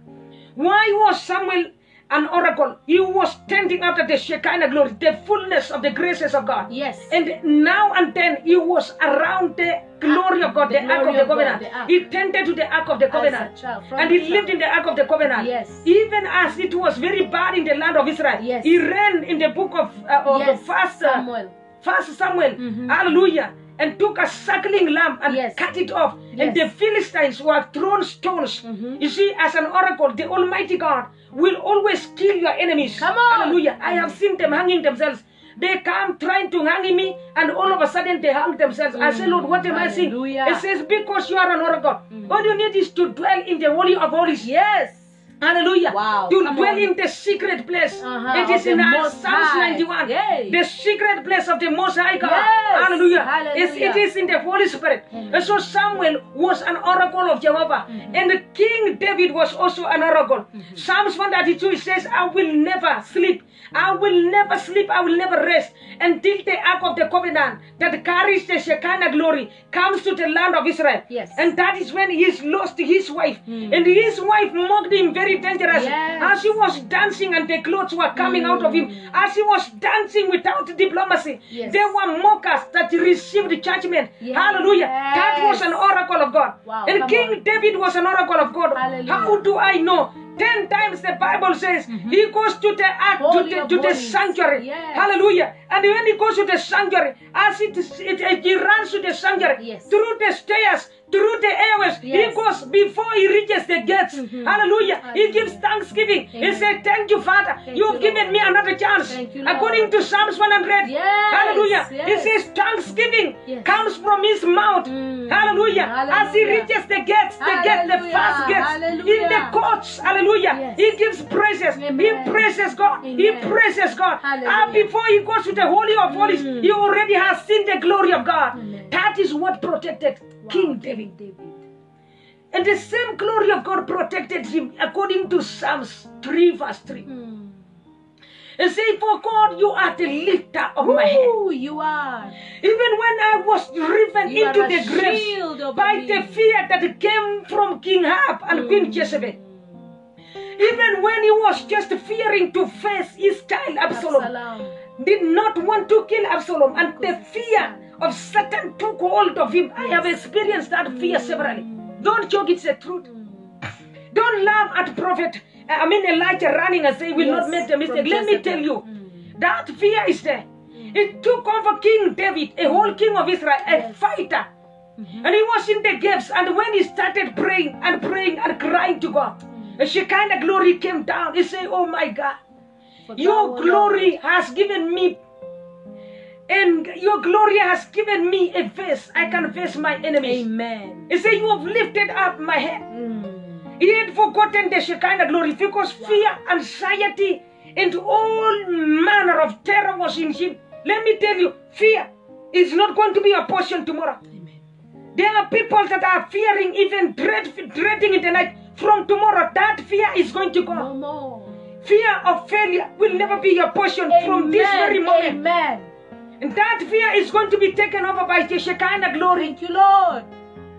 Speaker 1: Why was Samuel an oracle? He was tending after the Shekinah glory, the fullness of the graces of God.
Speaker 2: Yes.
Speaker 1: And now and then he was around the glory of God,
Speaker 2: The
Speaker 1: the, Ark
Speaker 2: glory
Speaker 1: of the
Speaker 2: of God,
Speaker 1: Covenant.
Speaker 2: the Ark.
Speaker 1: He tended to the Ark of the
Speaker 2: a
Speaker 1: Covenant.
Speaker 2: child, from
Speaker 1: and he
Speaker 2: the
Speaker 1: lived
Speaker 2: child.
Speaker 1: in the Ark of the Covenant.
Speaker 2: Yes.
Speaker 1: Even as it was very bad in the land of Israel.
Speaker 2: Yes.
Speaker 1: He ran in the book of, uh, of
Speaker 2: yes.
Speaker 1: First uh,
Speaker 2: Samuel.
Speaker 1: First Samuel.
Speaker 2: Mhm.
Speaker 1: Hallelujah. And took a suckling lamb and
Speaker 2: Yes.
Speaker 1: cut it off.
Speaker 2: Yes.
Speaker 1: And the Philistines were thrown stones.
Speaker 2: Mhm.
Speaker 1: You see, as an oracle, the Almighty God will always kill your enemies.
Speaker 2: Come on.
Speaker 1: Hallelujah. I have seen them hanging themselves. They come trying to hang me, and all of a sudden they hang themselves. I say,
Speaker 2: Mm.
Speaker 1: Lord, what am
Speaker 2: Hallelujah. Mm-hmm.
Speaker 1: I seeing? It says, Because you are an oracle. All you need is to dwell in the Holy of Holies.
Speaker 2: Yes.
Speaker 1: Hallelujah.
Speaker 2: Wow,
Speaker 1: To
Speaker 2: come
Speaker 1: dwell
Speaker 2: on.
Speaker 1: in the secret place.
Speaker 2: Uh-huh,
Speaker 1: It is
Speaker 2: of the
Speaker 1: in our
Speaker 2: Most
Speaker 1: Psalms
Speaker 2: High.
Speaker 1: 91.
Speaker 2: Yay.
Speaker 1: The secret place of the Most High God.
Speaker 2: Yes,
Speaker 1: Hallelujah.
Speaker 2: hallelujah.
Speaker 1: It's, it is in the Holy Spirit.
Speaker 2: Amen.
Speaker 1: And so Samuel was an oracle of Jehovah.
Speaker 2: Mm.
Speaker 1: And King David was also an oracle.
Speaker 2: Mm-hmm.
Speaker 1: Psalms 132 it says, I will never sleep. I will never sleep. I will never rest until the ark of the covenant that carries the Shekinah glory comes to the land of Israel.
Speaker 2: Yes.
Speaker 1: And that is when he lost his wife.
Speaker 2: Mm.
Speaker 1: And his wife mocked him very very dangerous.
Speaker 2: Yes.
Speaker 1: As he was dancing and the clothes were coming out of him, as he was dancing without diplomacy,
Speaker 2: Mm. Yes.
Speaker 1: there were mockers that received judgment.
Speaker 2: Yes.
Speaker 1: Hallelujah. That was an oracle of God.
Speaker 2: Wow,
Speaker 1: and
Speaker 2: come
Speaker 1: King
Speaker 2: on.
Speaker 1: David was an oracle of God.
Speaker 2: Hallelujah. Mm-hmm.
Speaker 1: How do I know? Ten times the Bible says he goes to the ark, to
Speaker 2: Holy
Speaker 1: the,
Speaker 2: of
Speaker 1: to the
Speaker 2: Holies.
Speaker 1: sanctuary.
Speaker 2: Yes.
Speaker 1: Hallelujah. And when he goes to the sanctuary, as it, is- it, it, he runs to the sanctuary,
Speaker 2: Yes.
Speaker 1: through the stairs, through the airways, he
Speaker 2: Yes. Mm-hmm.
Speaker 1: goes before he reaches the gates. Hallelujah. He
Speaker 2: Hallelujah.
Speaker 1: gives thanksgiving. He
Speaker 2: Amen.
Speaker 1: said, Thank you, Father.
Speaker 2: Thank
Speaker 1: You've
Speaker 2: you,
Speaker 1: given
Speaker 2: Lord.
Speaker 1: me another chance.
Speaker 2: Thank you,
Speaker 1: According
Speaker 2: Lord.
Speaker 1: to Psalms 100.
Speaker 2: Yes,
Speaker 1: Hallelujah.
Speaker 2: yes.
Speaker 1: He says, Thanksgiving
Speaker 2: Yes.
Speaker 1: comes from his mouth.
Speaker 2: Mm.
Speaker 1: Hallelujah. As he
Speaker 2: Hallelujah.
Speaker 1: reaches the gates, the gates, the
Speaker 2: Hallelujah.
Speaker 1: first gates, in the
Speaker 2: Hallelujah.
Speaker 1: courts. Hallelujah.
Speaker 2: Yes.
Speaker 1: He gives praises.
Speaker 2: Amen.
Speaker 1: He praises God. He
Speaker 2: Amen.
Speaker 1: praises God. And
Speaker 2: Hallelujah.
Speaker 1: before he goes to the Holy of Holies,
Speaker 2: Mm.
Speaker 1: he already has seen the glory of God.
Speaker 2: Amen.
Speaker 1: That is what protected
Speaker 2: Wow,
Speaker 1: King David.
Speaker 2: David.
Speaker 1: And the same glory of God protected him according to Psalms 3, verse 3.
Speaker 2: Mm.
Speaker 1: It say, For God, you are the lifter of my head.
Speaker 2: Ooh, you are.
Speaker 1: Even when I was driven
Speaker 2: You
Speaker 1: into
Speaker 2: are a
Speaker 1: the grave
Speaker 2: shield over
Speaker 1: by
Speaker 2: me.
Speaker 1: the fear that came from King Ahab and
Speaker 2: Hmm.
Speaker 1: Queen Jezebel, even when he was just fearing to face his child Absalom,
Speaker 2: Absalom.
Speaker 1: did not want to kill Absalom, and the
Speaker 2: Because his
Speaker 1: fear of Satan took hold of him. I have experienced that fear severally.
Speaker 2: Mm.
Speaker 1: Don't joke, it's the truth.
Speaker 2: Hmm.
Speaker 1: Don't laugh at prophet, uh, I mean Elijah running and say, will not
Speaker 2: Yes,
Speaker 1: make the
Speaker 2: from
Speaker 1: mistake. Let me
Speaker 2: Jezebel.
Speaker 1: tell you,
Speaker 2: Mm.
Speaker 1: that fear is there. It took over King David, a whole king of Israel, a
Speaker 2: Yes.
Speaker 1: fighter.
Speaker 2: Mhm.
Speaker 1: And he was in the gates, and when he started praying and praying and crying to God,
Speaker 2: Mm.
Speaker 1: a Shekinah glory came down. He said, Oh my God,
Speaker 2: For thou, O
Speaker 1: your
Speaker 2: Lord,
Speaker 1: glory has given me and your glory has given me a face. I can face my enemies.
Speaker 2: Amen.
Speaker 1: He said, You have lifted up my head.
Speaker 2: Mm.
Speaker 1: He had forgotten the Shekinah glory because fear, anxiety, and all manner of terror was in him. Let me tell you, fear is not going to be a portion tomorrow.
Speaker 2: Amen.
Speaker 1: There are people that are fearing, even dread, dreading in the night. From tomorrow, that fear is going to go.
Speaker 2: No more.
Speaker 1: Fear of failure will never be your portion from this
Speaker 2: Amen.
Speaker 1: very moment.
Speaker 2: Amen.
Speaker 1: And that fear is going to be taken over by the Shekinah glory.
Speaker 2: Thank you, Lord.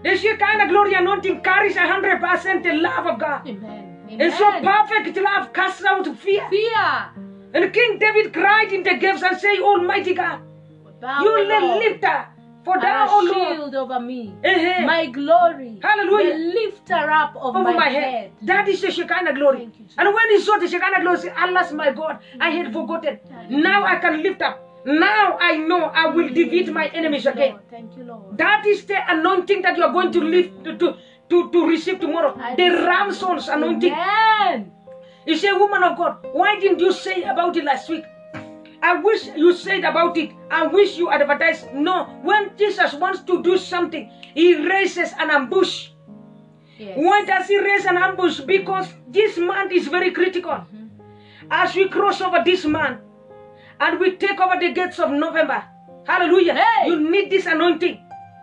Speaker 1: The Shekinah glory anointing carries 100% the love of God.
Speaker 2: Amen. Amen.
Speaker 1: And so perfect love casts out fear.
Speaker 2: fear.
Speaker 1: And King David cried in the caves and said, Almighty God,
Speaker 2: For thou,
Speaker 1: you
Speaker 2: O
Speaker 1: the
Speaker 2: Lord,
Speaker 1: lifter for
Speaker 2: art
Speaker 1: thou,
Speaker 2: a
Speaker 1: O Lord.
Speaker 2: shield over me.
Speaker 1: eh, eh,
Speaker 2: My glory.
Speaker 1: Hallelujah.
Speaker 2: The lifter up of
Speaker 1: Over
Speaker 2: my,
Speaker 1: my head. That is the Shekinah glory.
Speaker 2: Thank you, Jesus.
Speaker 1: And when he saw the Shekinah glory, he said, Alas, my God, I had forgotten. Now I can lift up. Now I know I will defeat my enemies
Speaker 2: Thank you,
Speaker 1: again.
Speaker 2: Lord. Thank you, Lord.
Speaker 1: That is the anointing that you are going to live to to, to, to receive tomorrow.
Speaker 2: I
Speaker 1: the
Speaker 2: receive.
Speaker 1: Ramson's anointing.
Speaker 2: Amen.
Speaker 1: You say, woman of God, why didn't you say about it last week? I wish you said about it. I wish you advertised. No, when Jesus wants to do something, he raises an ambush.
Speaker 2: Yes.
Speaker 1: Why does he raise an ambush? Because this month is very critical.
Speaker 2: Mm-hmm.
Speaker 1: As we cross over this month and we take over the gates of November, hallelujah,
Speaker 2: Hey!
Speaker 1: you need this anointing.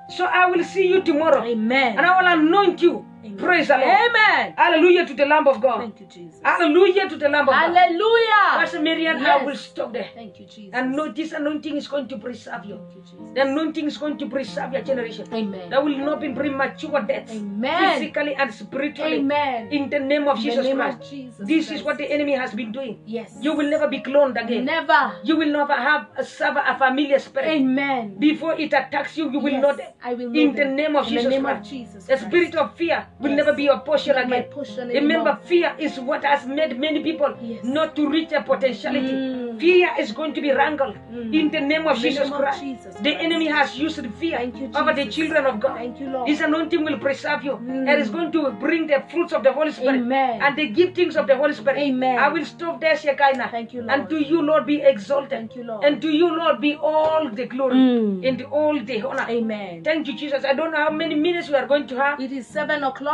Speaker 1: So I will see you tomorrow
Speaker 2: Amen.
Speaker 1: and I will anoint you.
Speaker 2: Amen.
Speaker 1: Praise the Lord.
Speaker 2: Amen.
Speaker 1: Hallelujah to the Lamb of God.
Speaker 2: Thank you, Jesus.
Speaker 1: Hallelujah to the Lamb of God. Pastor
Speaker 2: Hallelujah.
Speaker 1: Miriam, I
Speaker 2: Ah. Yes.
Speaker 1: will stop there.
Speaker 2: Thank you, Jesus.
Speaker 1: And no, this anointing is going to preserve you.
Speaker 2: Thank you, Jesus.
Speaker 1: The anointing is going to preserve your generation.
Speaker 2: Amen.
Speaker 1: There will not be premature deaths,
Speaker 2: Amen.
Speaker 1: physically and spiritually.
Speaker 2: Amen.
Speaker 1: In the name of
Speaker 2: In the
Speaker 1: Jesus
Speaker 2: name of
Speaker 1: Christ.
Speaker 2: Jesus
Speaker 1: this is
Speaker 2: Christ.
Speaker 1: what the enemy has been doing.
Speaker 2: yes.
Speaker 1: You will never be cloned again.
Speaker 2: never.
Speaker 1: You will never have a server, a familiar spirit.
Speaker 2: Amen.
Speaker 1: Before it attacks you, you will
Speaker 2: Yes,
Speaker 1: not.
Speaker 2: I will
Speaker 1: in
Speaker 2: know
Speaker 1: the
Speaker 2: them.
Speaker 1: name of
Speaker 2: In the
Speaker 1: Jesus
Speaker 2: name of
Speaker 1: Christ.
Speaker 2: Jesus
Speaker 1: the
Speaker 2: Christ.
Speaker 1: spirit of fear will
Speaker 2: Yes.
Speaker 1: never be your portion
Speaker 2: Not my
Speaker 1: again.
Speaker 2: portion
Speaker 1: Remember,
Speaker 2: anymore.
Speaker 1: fear is what has made many people
Speaker 2: Yes.
Speaker 1: not to reach their potentiality.
Speaker 2: Mm.
Speaker 1: Fear is going to be wrangled
Speaker 2: Mm.
Speaker 1: in the name of
Speaker 2: In the
Speaker 1: Jesus
Speaker 2: name of
Speaker 1: Christ.
Speaker 2: Jesus
Speaker 1: The
Speaker 2: Christ.
Speaker 1: enemy has used fear
Speaker 2: Thank you,
Speaker 1: over the
Speaker 2: Jesus.
Speaker 1: children of God.
Speaker 2: Thank you, Lord.
Speaker 1: His anointing will preserve you.
Speaker 2: Mm.
Speaker 1: It is going to bring the fruits of the Holy Spirit
Speaker 2: Amen.
Speaker 1: and the giftings of the Holy Spirit.
Speaker 2: Amen.
Speaker 1: I will stop there, Shekinah.
Speaker 2: Thank you,
Speaker 1: And
Speaker 2: Lord.
Speaker 1: to you, Lord, be exalted.
Speaker 2: Thank you, Lord.
Speaker 1: And to you, Lord, be all the glory
Speaker 2: Mm.
Speaker 1: and all the honor.
Speaker 2: Amen.
Speaker 1: Thank you, Jesus. I don't know how many minutes we are going to have.
Speaker 2: It is seven o'clock.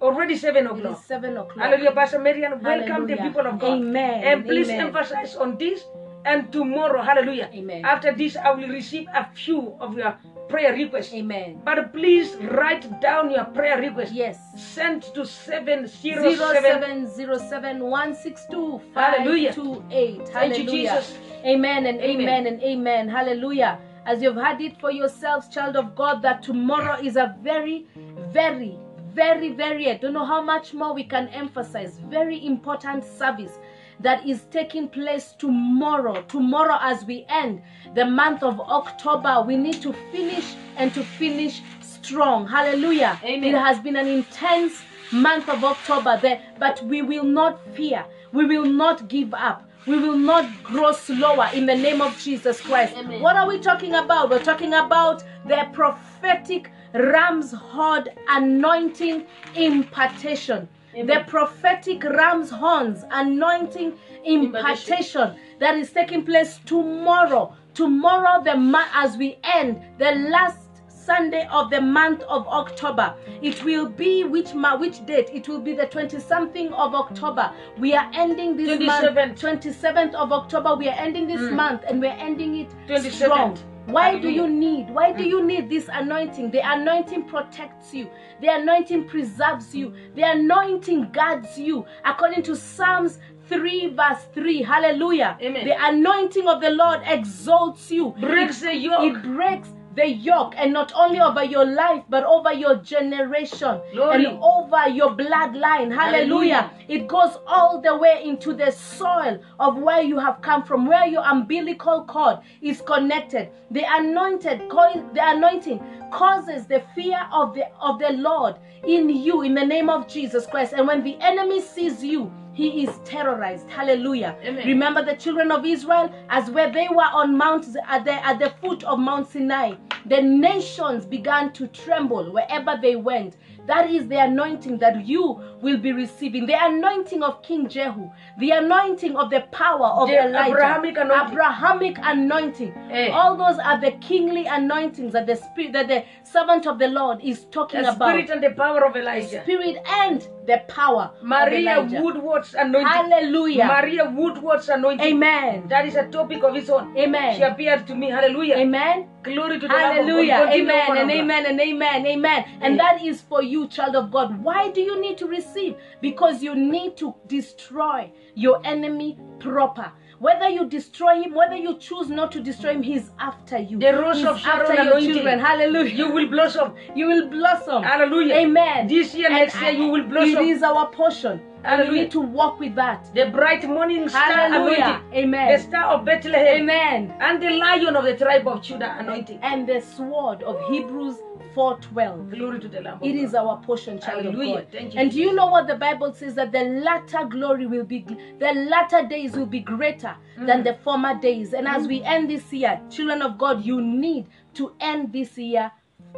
Speaker 1: Already seven
Speaker 2: It is
Speaker 1: o'clock.
Speaker 2: seven o'clock.
Speaker 1: Hallelujah, Pastor Marian. Welcome the
Speaker 2: Hallelujah.
Speaker 1: people of God.
Speaker 2: Amen.
Speaker 1: And please
Speaker 2: Amen.
Speaker 1: emphasize on this and tomorrow. Hallelujah.
Speaker 2: Amen.
Speaker 1: After this, I will receive a few of your prayer requests.
Speaker 2: Amen.
Speaker 1: But please write down your prayer request.
Speaker 2: Yes.
Speaker 1: Send to 707.
Speaker 2: Zero seven zero seven one six two five
Speaker 1: Hallelujah.
Speaker 2: two eight.
Speaker 1: Thank you,
Speaker 2: Hallelujah.
Speaker 1: Jesus.
Speaker 2: Amen and
Speaker 1: Amen.
Speaker 2: amen. and amen. Hallelujah. As you've had it for yourselves, child of God, that tomorrow is a very, very, very, very, I don't know how much more we can emphasize, very important service that is taking place tomorrow. Tomorrow, as we end the month of October, we need to finish and to finish strong. Hallelujah.
Speaker 1: Amen.
Speaker 2: It has been an intense month of October there, but we will not fear. We will not give up. We will not grow slower in the name of Jesus Christ. What are we talking about? We're talking about the prophetic ram's horde anointing impartation. The prophetic ram's horns anointing impartation that is taking place tomorrow. Tomorrow, the ma- as we end the last Sunday of the month of October. It will be which ma- which date? It will be the 20 something of October. We are ending this month
Speaker 1: 27th.
Speaker 2: 27th of October. We are ending this month and we are ending it
Speaker 1: 27th.
Speaker 2: strong. Why do you
Speaker 1: Hallelujah.
Speaker 2: need? Why do
Speaker 1: Mm.
Speaker 2: you need this anointing? The anointing protects you. The anointing preserves you. The anointing guards you. According to Psalms 3 verse 3. Hallelujah.
Speaker 1: Amen.
Speaker 2: The anointing of the Lord exalts you.
Speaker 1: breaks the yoke.
Speaker 2: It breaks the yoke, and not only over your life, but over your generation
Speaker 1: Glory.
Speaker 2: and over your bloodline. Hallelujah.
Speaker 1: Hallelujah.
Speaker 2: It goes all the way into the soil of where you have come from, where your umbilical cord is connected. The anointed, co- the anointing causes the fear of the of the Lord in you in the name of Jesus Christ. And when the enemy sees you, he is terrorized. Hallelujah.
Speaker 1: Amen.
Speaker 2: Remember the children of Israel as where they were on Mount at the at the foot of Mount Sinai. The nations began to tremble wherever they went. That is the anointing that you will be receiving. The anointing of King Jehu, the anointing of the power of
Speaker 1: The
Speaker 2: Elijah,
Speaker 1: Abrahamic anointing.
Speaker 2: Abrahamic anointing.
Speaker 1: Eh.
Speaker 2: All those are the kingly anointings that the spirit that the servant of the Lord is talking
Speaker 1: The
Speaker 2: about.
Speaker 1: spirit and the power of Elijah.
Speaker 2: Spirit and the power. of
Speaker 1: Maria
Speaker 2: Elijah.
Speaker 1: Woodward's anointing.
Speaker 2: Hallelujah.
Speaker 1: Maria Woodward's anointing.
Speaker 2: Amen.
Speaker 1: That is a topic of its own.
Speaker 2: Amen.
Speaker 1: She appeared to me. Hallelujah.
Speaker 2: Amen.
Speaker 1: Glory to the Lamb of God.
Speaker 2: Hallelujah.
Speaker 1: Continue,
Speaker 2: Amen
Speaker 1: woman
Speaker 2: and
Speaker 1: of God.
Speaker 2: amen and amen. Amen. And that is for you, child of God. Why do you need to receive? Because you need to destroy your enemy proper. Whether you destroy him, whether you choose not to destroy him, he's after you.
Speaker 1: The rose
Speaker 2: He's
Speaker 1: of Sharon
Speaker 2: after your
Speaker 1: anointing.
Speaker 2: children. Hallelujah.
Speaker 1: You will blossom.
Speaker 2: You will blossom.
Speaker 1: Hallelujah.
Speaker 2: Amen.
Speaker 1: This year,
Speaker 2: And
Speaker 1: next year, you will blossom.
Speaker 2: It is our portion. And we
Speaker 1: Hallelujah.
Speaker 2: need to walk with that.
Speaker 1: The bright morning star
Speaker 2: Hallelujah.
Speaker 1: anointing. The
Speaker 2: Amen.
Speaker 1: star of Bethlehem.
Speaker 2: Amen.
Speaker 1: And the lion of the tribe of Judah anointing.
Speaker 2: And the sword of Hebrews 4:12.
Speaker 1: Glory to the Lamb of
Speaker 2: It is
Speaker 1: God.
Speaker 2: our portion, child
Speaker 1: Hallelujah.
Speaker 2: of God.
Speaker 1: Thank you,
Speaker 2: and do you
Speaker 1: Jesus.
Speaker 2: know what the Bible says that the latter glory will be, the latter days will be greater
Speaker 1: Mm.
Speaker 2: than the former days. And as we end this year, children of God, you need to end this year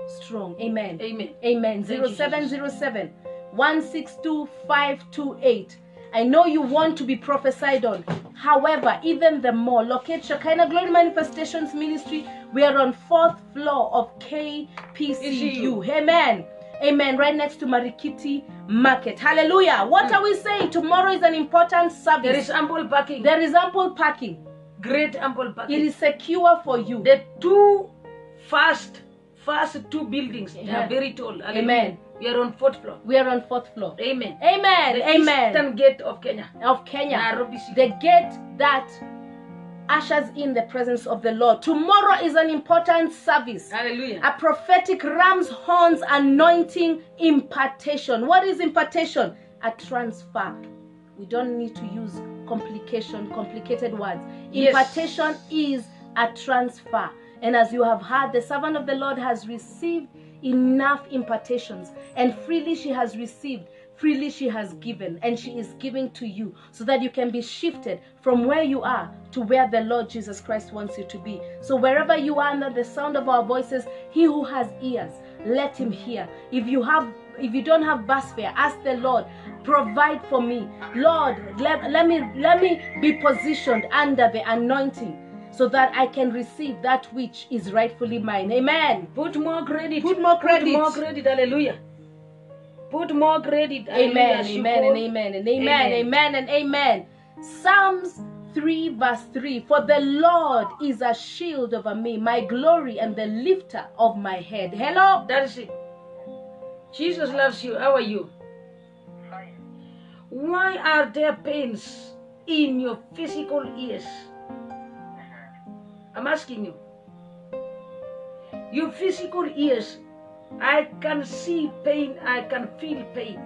Speaker 2: strong. Amen.
Speaker 1: Amen.
Speaker 2: Amen.
Speaker 1: Thank you, Jesus.
Speaker 2: 0707 162528. I know you want to be prophesied on. However, even the more, locate Shekinah Glory Manifestations Ministry. We are on fourth floor of KPCU.
Speaker 1: ECU.
Speaker 2: Amen. Amen. Right next to Marikiti Market. Hallelujah. What are we saying? Tomorrow is an important
Speaker 1: There
Speaker 2: service.
Speaker 1: is ample parking.
Speaker 2: There is ample parking.
Speaker 1: Great ample
Speaker 2: It
Speaker 1: parking.
Speaker 2: is secure for you.
Speaker 1: the two first first two buildings they
Speaker 2: Yeah.
Speaker 1: are very tall Hallelujah.
Speaker 2: Amen.
Speaker 1: we are on fourth floor
Speaker 2: We are on fourth floor.
Speaker 1: amen
Speaker 2: Amen.
Speaker 1: the
Speaker 2: Amen.
Speaker 1: eastern gate of kenya
Speaker 2: of Kenya,
Speaker 1: Nairobi City.
Speaker 2: the gate that ushers in the presence of the Lord. Tomorrow is an important service.
Speaker 1: hallelujah
Speaker 2: A prophetic ram's horns anointing impartation. What is impartation? A transfer. We don't need to use complication, complicated words.
Speaker 1: Yes.
Speaker 2: Impartation is a transfer. And as you have heard, the servant of the Lord has received enough impartations, and freely she has received, freely she has given, and she is giving to you so that you can be shifted from where you are to where the Lord Jesus Christ wants you to be. So, wherever you are under the sound of our voices, he who has ears, let him hear. If you have if you don't have bus fare ask the lord provide for me lord let, let me let me be positioned under the anointing so that i can receive that which is rightfully mine amen
Speaker 1: put more credit
Speaker 2: Put more credit.
Speaker 1: put more credit hallelujah put more credit hallelujah.
Speaker 2: amen
Speaker 1: As you
Speaker 2: amen and
Speaker 1: go,
Speaker 2: amen and amen
Speaker 1: Amen.
Speaker 2: amen and amen psalms 3 verse 3 for the lord is a shield over me my glory and the lifter of my head hello
Speaker 1: that is it jesus loves you how are you why are there pains in your physical ears i'm asking you your physical ears I can see pain, I can feel pain.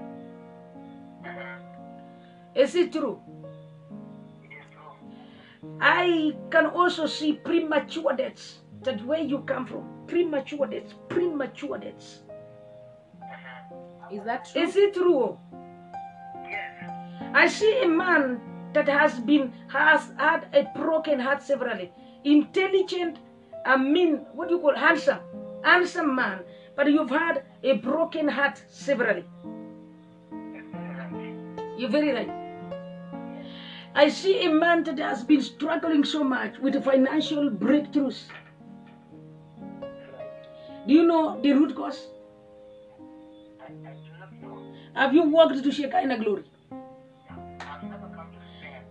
Speaker 1: Is it true? I can also see premature deaths. That where you come from, premature deaths, premature deaths.
Speaker 2: Is that true?
Speaker 1: Is it true? I see a man that has been has had a broken heart severally. Intelligent, I mean, what do you call handsome, handsome man, but you've had a broken heart severally. You're very right. I see a man that has been struggling so much with financial breakthroughs. Do you know the root cause? Have you walked to Shekinah glory?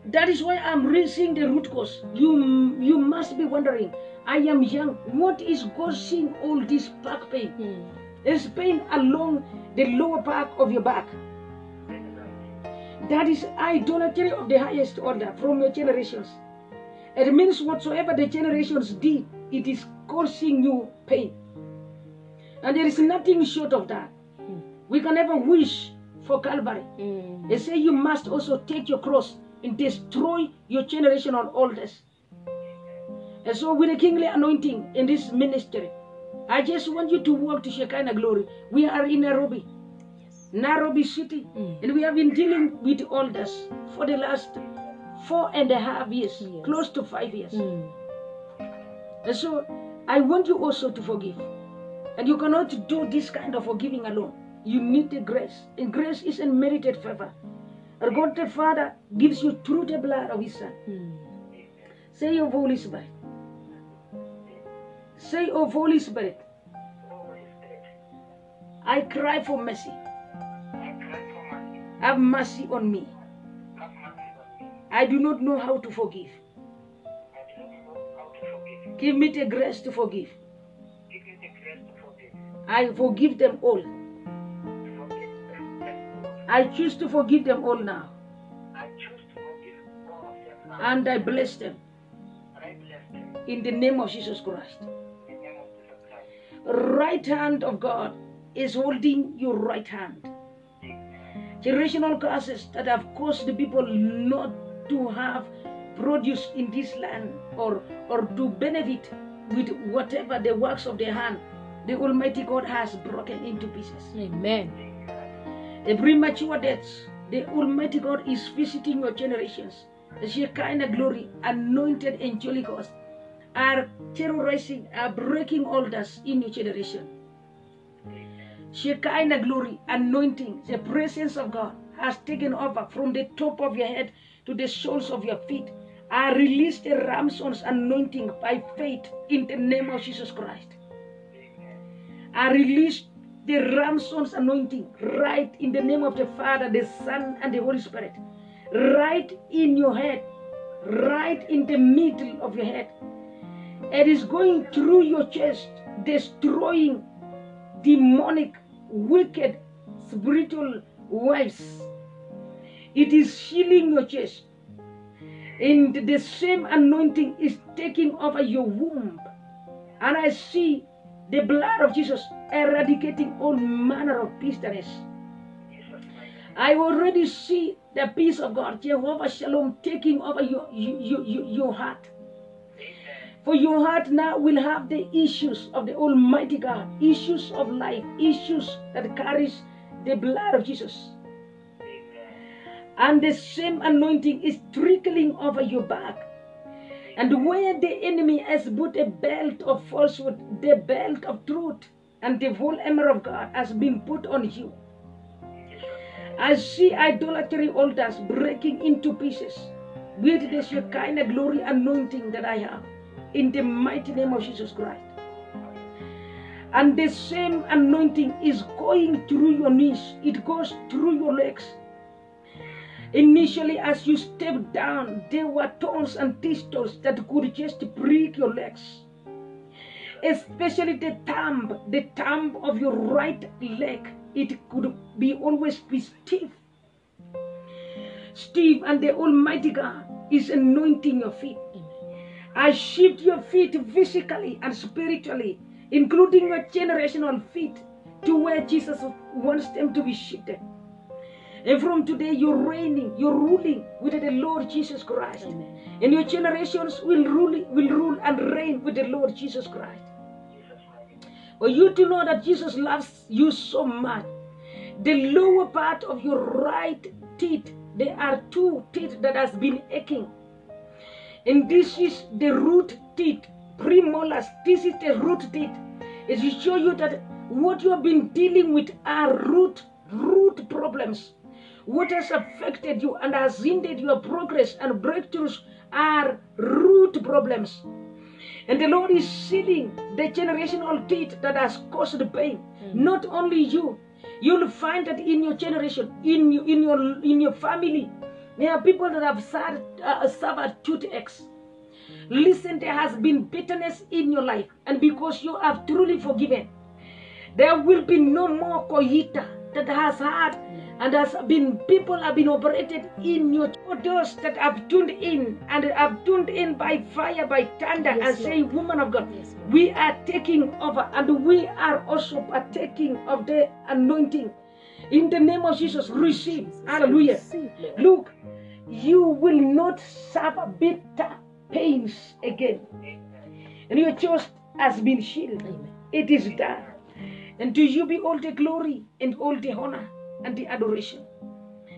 Speaker 1: That is why I'm raising the root cause. You you must be wondering. I am young. What is causing all this back pain?
Speaker 2: Hmm,
Speaker 1: It's pain along the lower part of your back. That is idolatry of the highest order from your generations. It means whatsoever the generations did, it is causing you pain. And there is nothing short of that. We can never wish for Calvary.
Speaker 2: Mm.
Speaker 1: They say you must also take your cross and destroy your generational altars. And so, with a kingly anointing in this ministry, I just want you to walk to Shekinah glory. We are in Nairobi, Nairobi city,
Speaker 2: Mm.
Speaker 1: and we have been dealing with altars for the last four and a half years,
Speaker 2: Yes.
Speaker 1: close to five years.
Speaker 2: Mm.
Speaker 1: And so, I want you also to forgive. And you cannot do this kind of forgiving alone. You need the grace. And grace is a merited favor. And God the Father gives you through the blood of His Son.
Speaker 2: Mm.
Speaker 1: Say, O Holy Spirit. Say, O Holy Spirit, I cry for mercy. Have mercy on me. I do not know how to forgive. Give me the grace to forgive. I forgive them all. I choose to forgive them all now. And I bless them in the name of Jesus Christ. Right hand of God is holding your right hand. Generational curses that have caused the people not to have produce in this land or, or to benefit with whatever the works of their hand, the Almighty God has broken into pieces.
Speaker 2: Amen.
Speaker 1: The premature deaths, the Almighty God is visiting your generations. The Shekinah glory, anointed angelic hosts are terrorizing, are breaking altars in your generation. Shekinah glory, anointing, the presence of God has taken over from the top of your head to the soles of your feet. I release the Ramson's anointing by faith in the name of Jesus Christ. I release the Ramson's anointing right in the name of the Father, the Son, and the Holy Spirit. Right in your head, right in the middle of your head. It is going through your chest, destroying demonic, wicked, spiritual wives. It is healing your chest. And the same anointing is taking over your womb. And I see the blood of Jesus eradicating all manner of business. I already see the peace of God, Jehovah Shalom, taking over your, your, your, your heart. For your heart now will have the issues of the Almighty God, issues of life, issues that carries the blood of Jesus. And the same anointing is trickling over your back. And where the enemy has put a belt of falsehood, the belt of truth and the whole armor of God has been put on you. I see idolatry altars breaking into pieces with the Shekinah glory anointing that I have in the mighty name of Jesus Christ. And the same anointing is going through your knees, it goes through your legs, Initially, as you stepped down, there were thorns and thistles that could just break your legs, especially the thumb, the thumb of your right leg. It could be always be stiff. Stiff, and the Almighty God is anointing your feet. I shift your feet physically and spiritually, including your generational feet. to where Jesus wants them to be shifted. And from today, you're reigning, you're ruling with the Lord Jesus Christ. And your generations will rule, will rule and reign with the Lord Jesus Christ. For you to know that Jesus loves you so much. The lower part of your right teeth, there are two teeth that has been aching. And this is the root teeth, premolars. This is the root teeth. It will show you that what you have been dealing with are root, root problems. What has affected you and has hindered your progress and breakthroughs are root problems. And the Lord is sealing the generational teeth that has caused the pain. Not only you, you'll find that in your generation, in your, in your in your family, there are people that have suffered, uh, suffered toothaches. Listen, there has been bitterness in your life, and because you have truly forgiven, there will be no more cohita that has had and has been people have been operated in your for those that have tuned in and have tuned in by fire by thunder
Speaker 2: Yes,
Speaker 1: and say woman of god
Speaker 2: Yes, Lord.
Speaker 1: we are taking over and we are also partaking of the anointing in the name of jesus receive
Speaker 2: Jesus,
Speaker 1: hallelujah
Speaker 2: receive, Lord.
Speaker 1: look you will not suffer bitter pains again and your chest has been healed
Speaker 2: Amen.
Speaker 1: it is done. And to you be all the glory and all the honor and the adoration.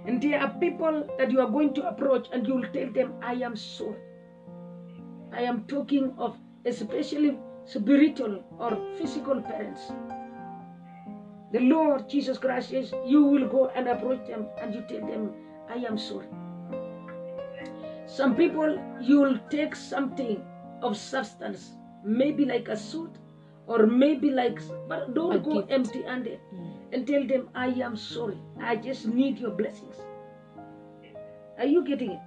Speaker 1: And there are people that you are going to approach and you will tell them, I am sorry. I am talking of especially spiritual or physical parents. The Lord Jesus Christ says, You will go and approach them and you tell them, I am sorry. Some people, you'll take something of substance, maybe like a suit or maybe like, but don't
Speaker 2: A
Speaker 1: go
Speaker 2: gift.
Speaker 1: empty handed
Speaker 2: Mm.
Speaker 1: and tell them, I am sorry. I just need your blessings. Are you getting it?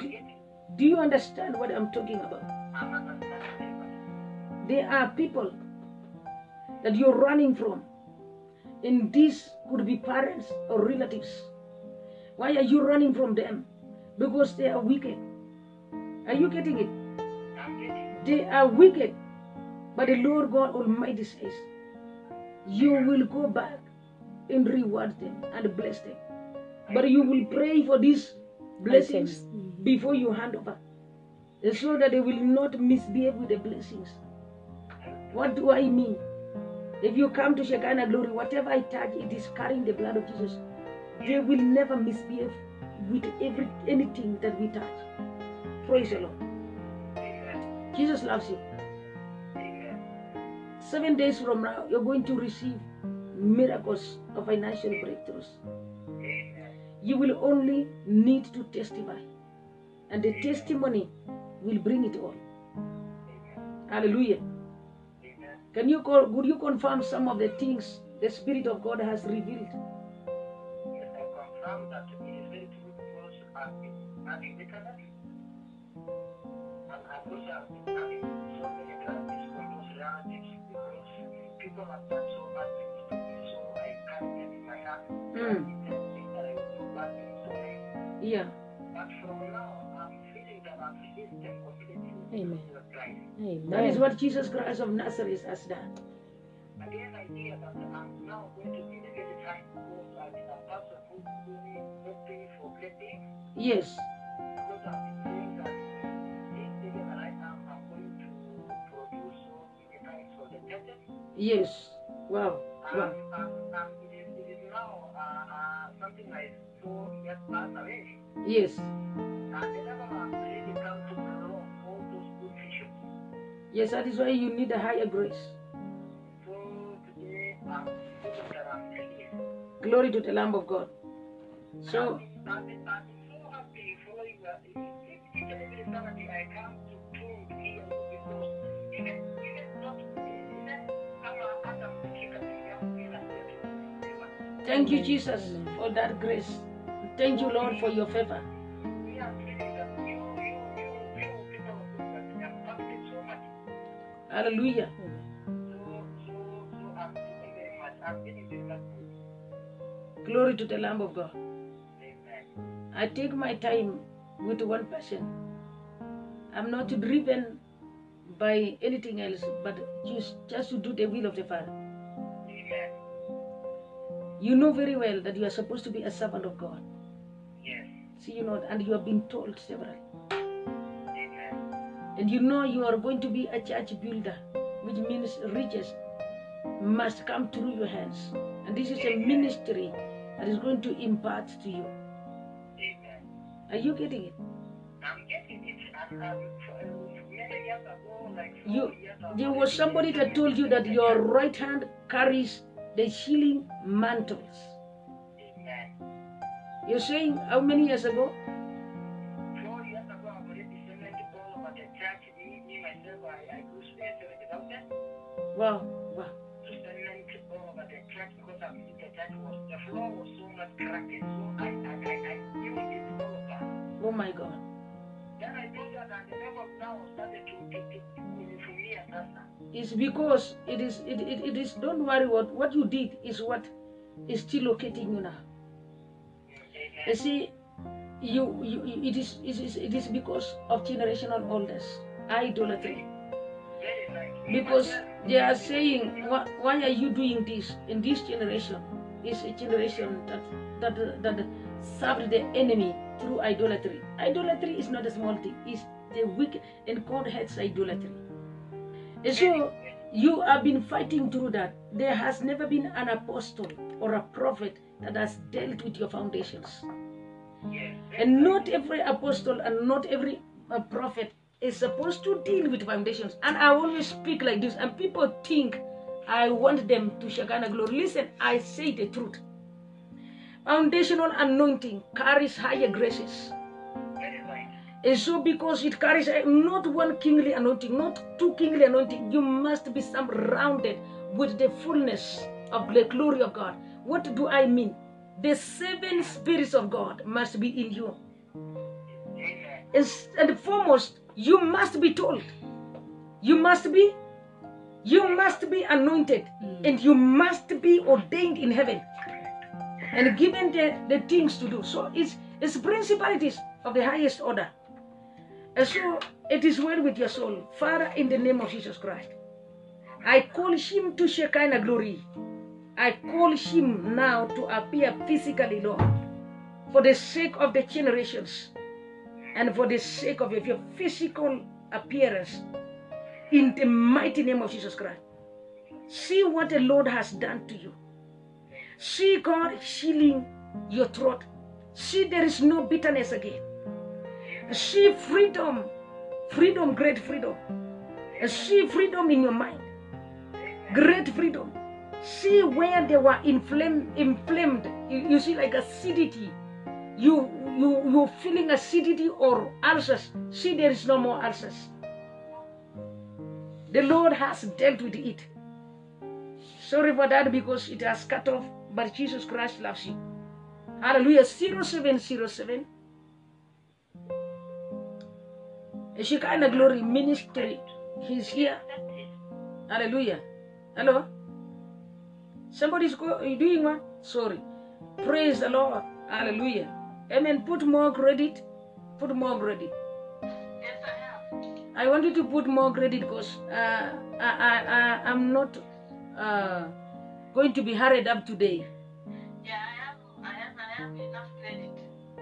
Speaker 1: Do, do you understand what I'm talking about? There are people that you're running from, and these could be parents or relatives. Why are you running from them? Because they are wicked. Are you getting it? They are wicked. But the Lord God Almighty says, You will go back and reward them and bless them. But you will pray for these blessings before you hand over. And so that they will not misbehave with the blessings. What do I mean? If you come to Shekinah glory, whatever I touch, it is carrying the blood of Jesus. They will never misbehave with every anything that we touch. Praise the Lord. Jesus loves you. Seven days from now, you're going to receive miracles of financial breakthroughs. You will only need to testify, and the testimony will bring it all. Hallelujah. Can you call, could you confirm some of the things the Spirit of God has revealed? Mm. Yeah.
Speaker 2: Amen. Amen.
Speaker 1: That is what Jesus Christ of Nazareth has done. Yes. Yes. Wow. Wow. Yes. Yes, that is why you need a higher grace. Glory to the Lamb of God. So, thank you, Jesus, for that grace. Thank you, Lord, for your favor. Hallelujah. Glory to the Lamb of God. I take my time with one person. I'm not driven by anything else, but just, just to do the will of the Father.
Speaker 3: Amen.
Speaker 1: You know very well that you are supposed to be a servant of God.
Speaker 3: Yes.
Speaker 1: See, you know, and you have been told several.
Speaker 3: Amen.
Speaker 1: And you know you are going to be a church builder, which means riches must come through your hands. And this is a ministry that is going to impart to you.
Speaker 3: Amen.
Speaker 1: Are you getting it?
Speaker 3: I'm getting it. I'm, I'm, I'm many years ago, like four
Speaker 1: You,
Speaker 3: years ago,
Speaker 1: there was somebody that told you that your right hand carries the healing mantles.
Speaker 3: Amen.
Speaker 1: You're saying how many years ago?
Speaker 3: Four years ago, I was disseminating all over the church. Me, me myself, I, I grew spiritually without them.
Speaker 1: Wow, wow.
Speaker 3: Disseminating all over the church because I believe the church was, the floor was so much cracking. So I, I, I, I knew it all over.
Speaker 1: Oh my God.
Speaker 3: Then I told her that the name of now started to, to, to, to me and Sasa.
Speaker 1: It's because it is it, it, it is don't worry what what you did is what is still locating you now.
Speaker 3: Amen.
Speaker 1: You see, you, you you- it is it is it is because of generational oldness, idolatry.
Speaker 3: Very nice.
Speaker 1: Because they are saying, why, why are you doing this in this generation? It's a generation that that that served the enemy through idolatry. Idolatry is not a small thing. It's the wicked and God hates idolatry. And so you have been fighting through that. There has never been an apostle or a prophet that has dealt with your foundations.
Speaker 3: Yes.
Speaker 1: And not every apostle and not every uh, prophet is supposed to deal with foundations. And I always speak like this, and people think I want them to Shagana glory. Listen, I say the truth. Foundational anointing carries higher graces.
Speaker 3: Very nice.
Speaker 1: And so, because it carries a- not one kingly anointing, not two kingly anointing, you must be surrounded with the fullness of the glory of God. What do I mean? The seven spirits of God must be in you.
Speaker 3: Amen.
Speaker 1: Is- and foremost, you must be told. You must be, you must be anointed, and you must be ordained in heaven, and given the, the things to do. So it's it's principalities of the highest order. And so it is well with your soul. Father, in the name of Jesus Christ, I call him to Shekinah glory. I call him now to appear physically, Lord, for the sake of the generations and for the sake of your physical appearance in the mighty name of Jesus Christ. See what the Lord has done to you. See God healing your throat. See there is no bitterness again. See freedom, freedom, great freedom. See freedom in your mind, great freedom. See where they were inflamed, inflamed. You, you see like acidity, you you you feeling acidity or ulcers see there is no more ulcers the lord has dealt with it sorry for that because it has cut off but jesus christ loves you hallelujah 0707 shekinah glory ministry he's here hallelujah hello Somebody's go- you doing what? Sorry. Praise the Lord. Hallelujah. Amen. Put more credit. Put more credit.
Speaker 3: Yes, I have.
Speaker 1: I want you to put more credit because uh, I, I, I, I'm not uh, going to be hurried up today.
Speaker 3: Yeah, I have. I have. I have enough credit.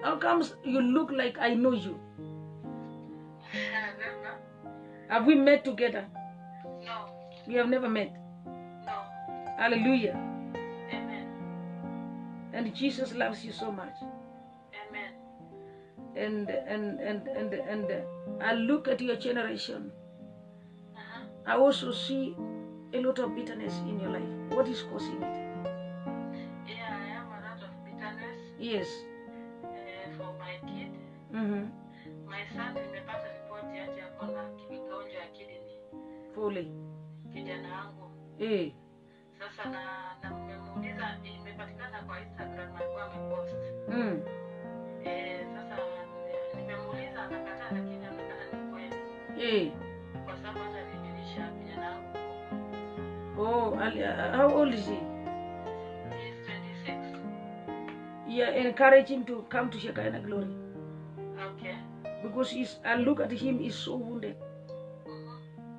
Speaker 1: How comes you look like I know you?
Speaker 3: Remember?
Speaker 1: Have we met together?
Speaker 3: No.
Speaker 1: We have never met.
Speaker 3: No.
Speaker 1: Hallelujah.
Speaker 3: Amen.
Speaker 1: And Jesus loves you so much.
Speaker 3: Amen.
Speaker 1: And and and and and uh, I look at your generation.
Speaker 3: Uh-huh.
Speaker 1: I also see a lot of bitterness in your life. What is causing it?
Speaker 3: Yeah, I have a lot of bitterness
Speaker 1: Yes.
Speaker 3: uh, for my kid.
Speaker 1: Mm-hmm.
Speaker 3: My son nimepata ripoti yake ako na kigonjwa ya kidney
Speaker 1: Fully.
Speaker 3: kijana wangu.
Speaker 1: Eh.
Speaker 3: Sasa na na nimemuuliza eh, imepatikana kwa Instagram alikuwa amepost.
Speaker 1: Mm.
Speaker 3: Eh, sasa eh, nimemuuliza anakataa lakini anaonekana ni kweli.
Speaker 1: Eh.
Speaker 3: Kwa sababu hata nijulisha kijana wangu
Speaker 1: Oh, Ali, uh, how old is he?
Speaker 3: he's 26.
Speaker 1: Yeah, encourage him to come to Shekinah glory
Speaker 3: Okay.
Speaker 1: because he's, I look at him. He's so wounded.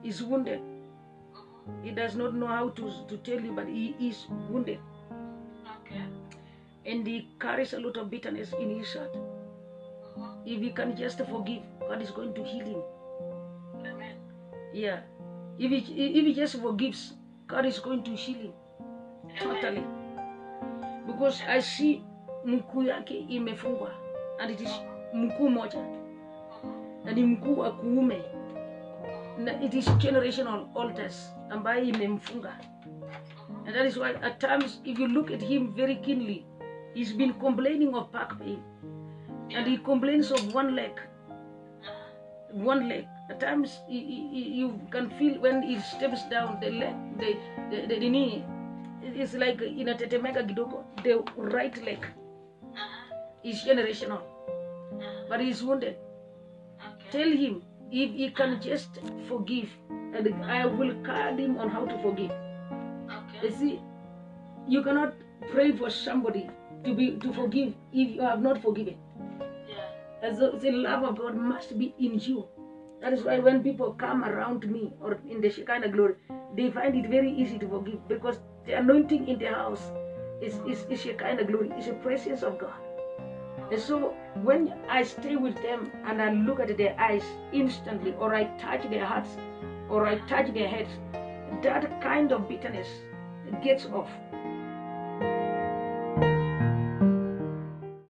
Speaker 1: He's wounded.
Speaker 3: Mhm.
Speaker 1: He does not know how to to tell you, but he is wounded.
Speaker 3: Okay.
Speaker 1: and he carries a lot of bitterness in his heart.
Speaker 3: Mm-hmm.
Speaker 1: If he can just forgive, God is going to heal him.
Speaker 3: Amen.
Speaker 1: Yeah. If he, if he just forgives, God is going to heal him totally. Because I see mkuu yake imefungwa and it is mkuu moja na ni mkuu wa kuume na it is generational altars ambaye imemfunga and that is why at times if you look at him very keenly he's been complaining of back pain and he complains of one leg one leg. At times you, you can feel when he steps down the leg, the, the, the, the knee. It's like inatetemeka kidogo. The right leg is generational, but he's wounded. Tell him if he can just forgive, and I will guide him on how to forgive. You see, you cannot pray for somebody to be to forgive if you have not forgiven. As though the love of God must be in you. That is why when people come around me or in the Shekinah glory, they find it very easy to forgive because the anointing in the house is, is, is Shekinah glory, is a presence of God. And so when I stay with them and I look at their eyes instantly, or I touch their hearts, or I touch their heads, that kind of bitterness gets off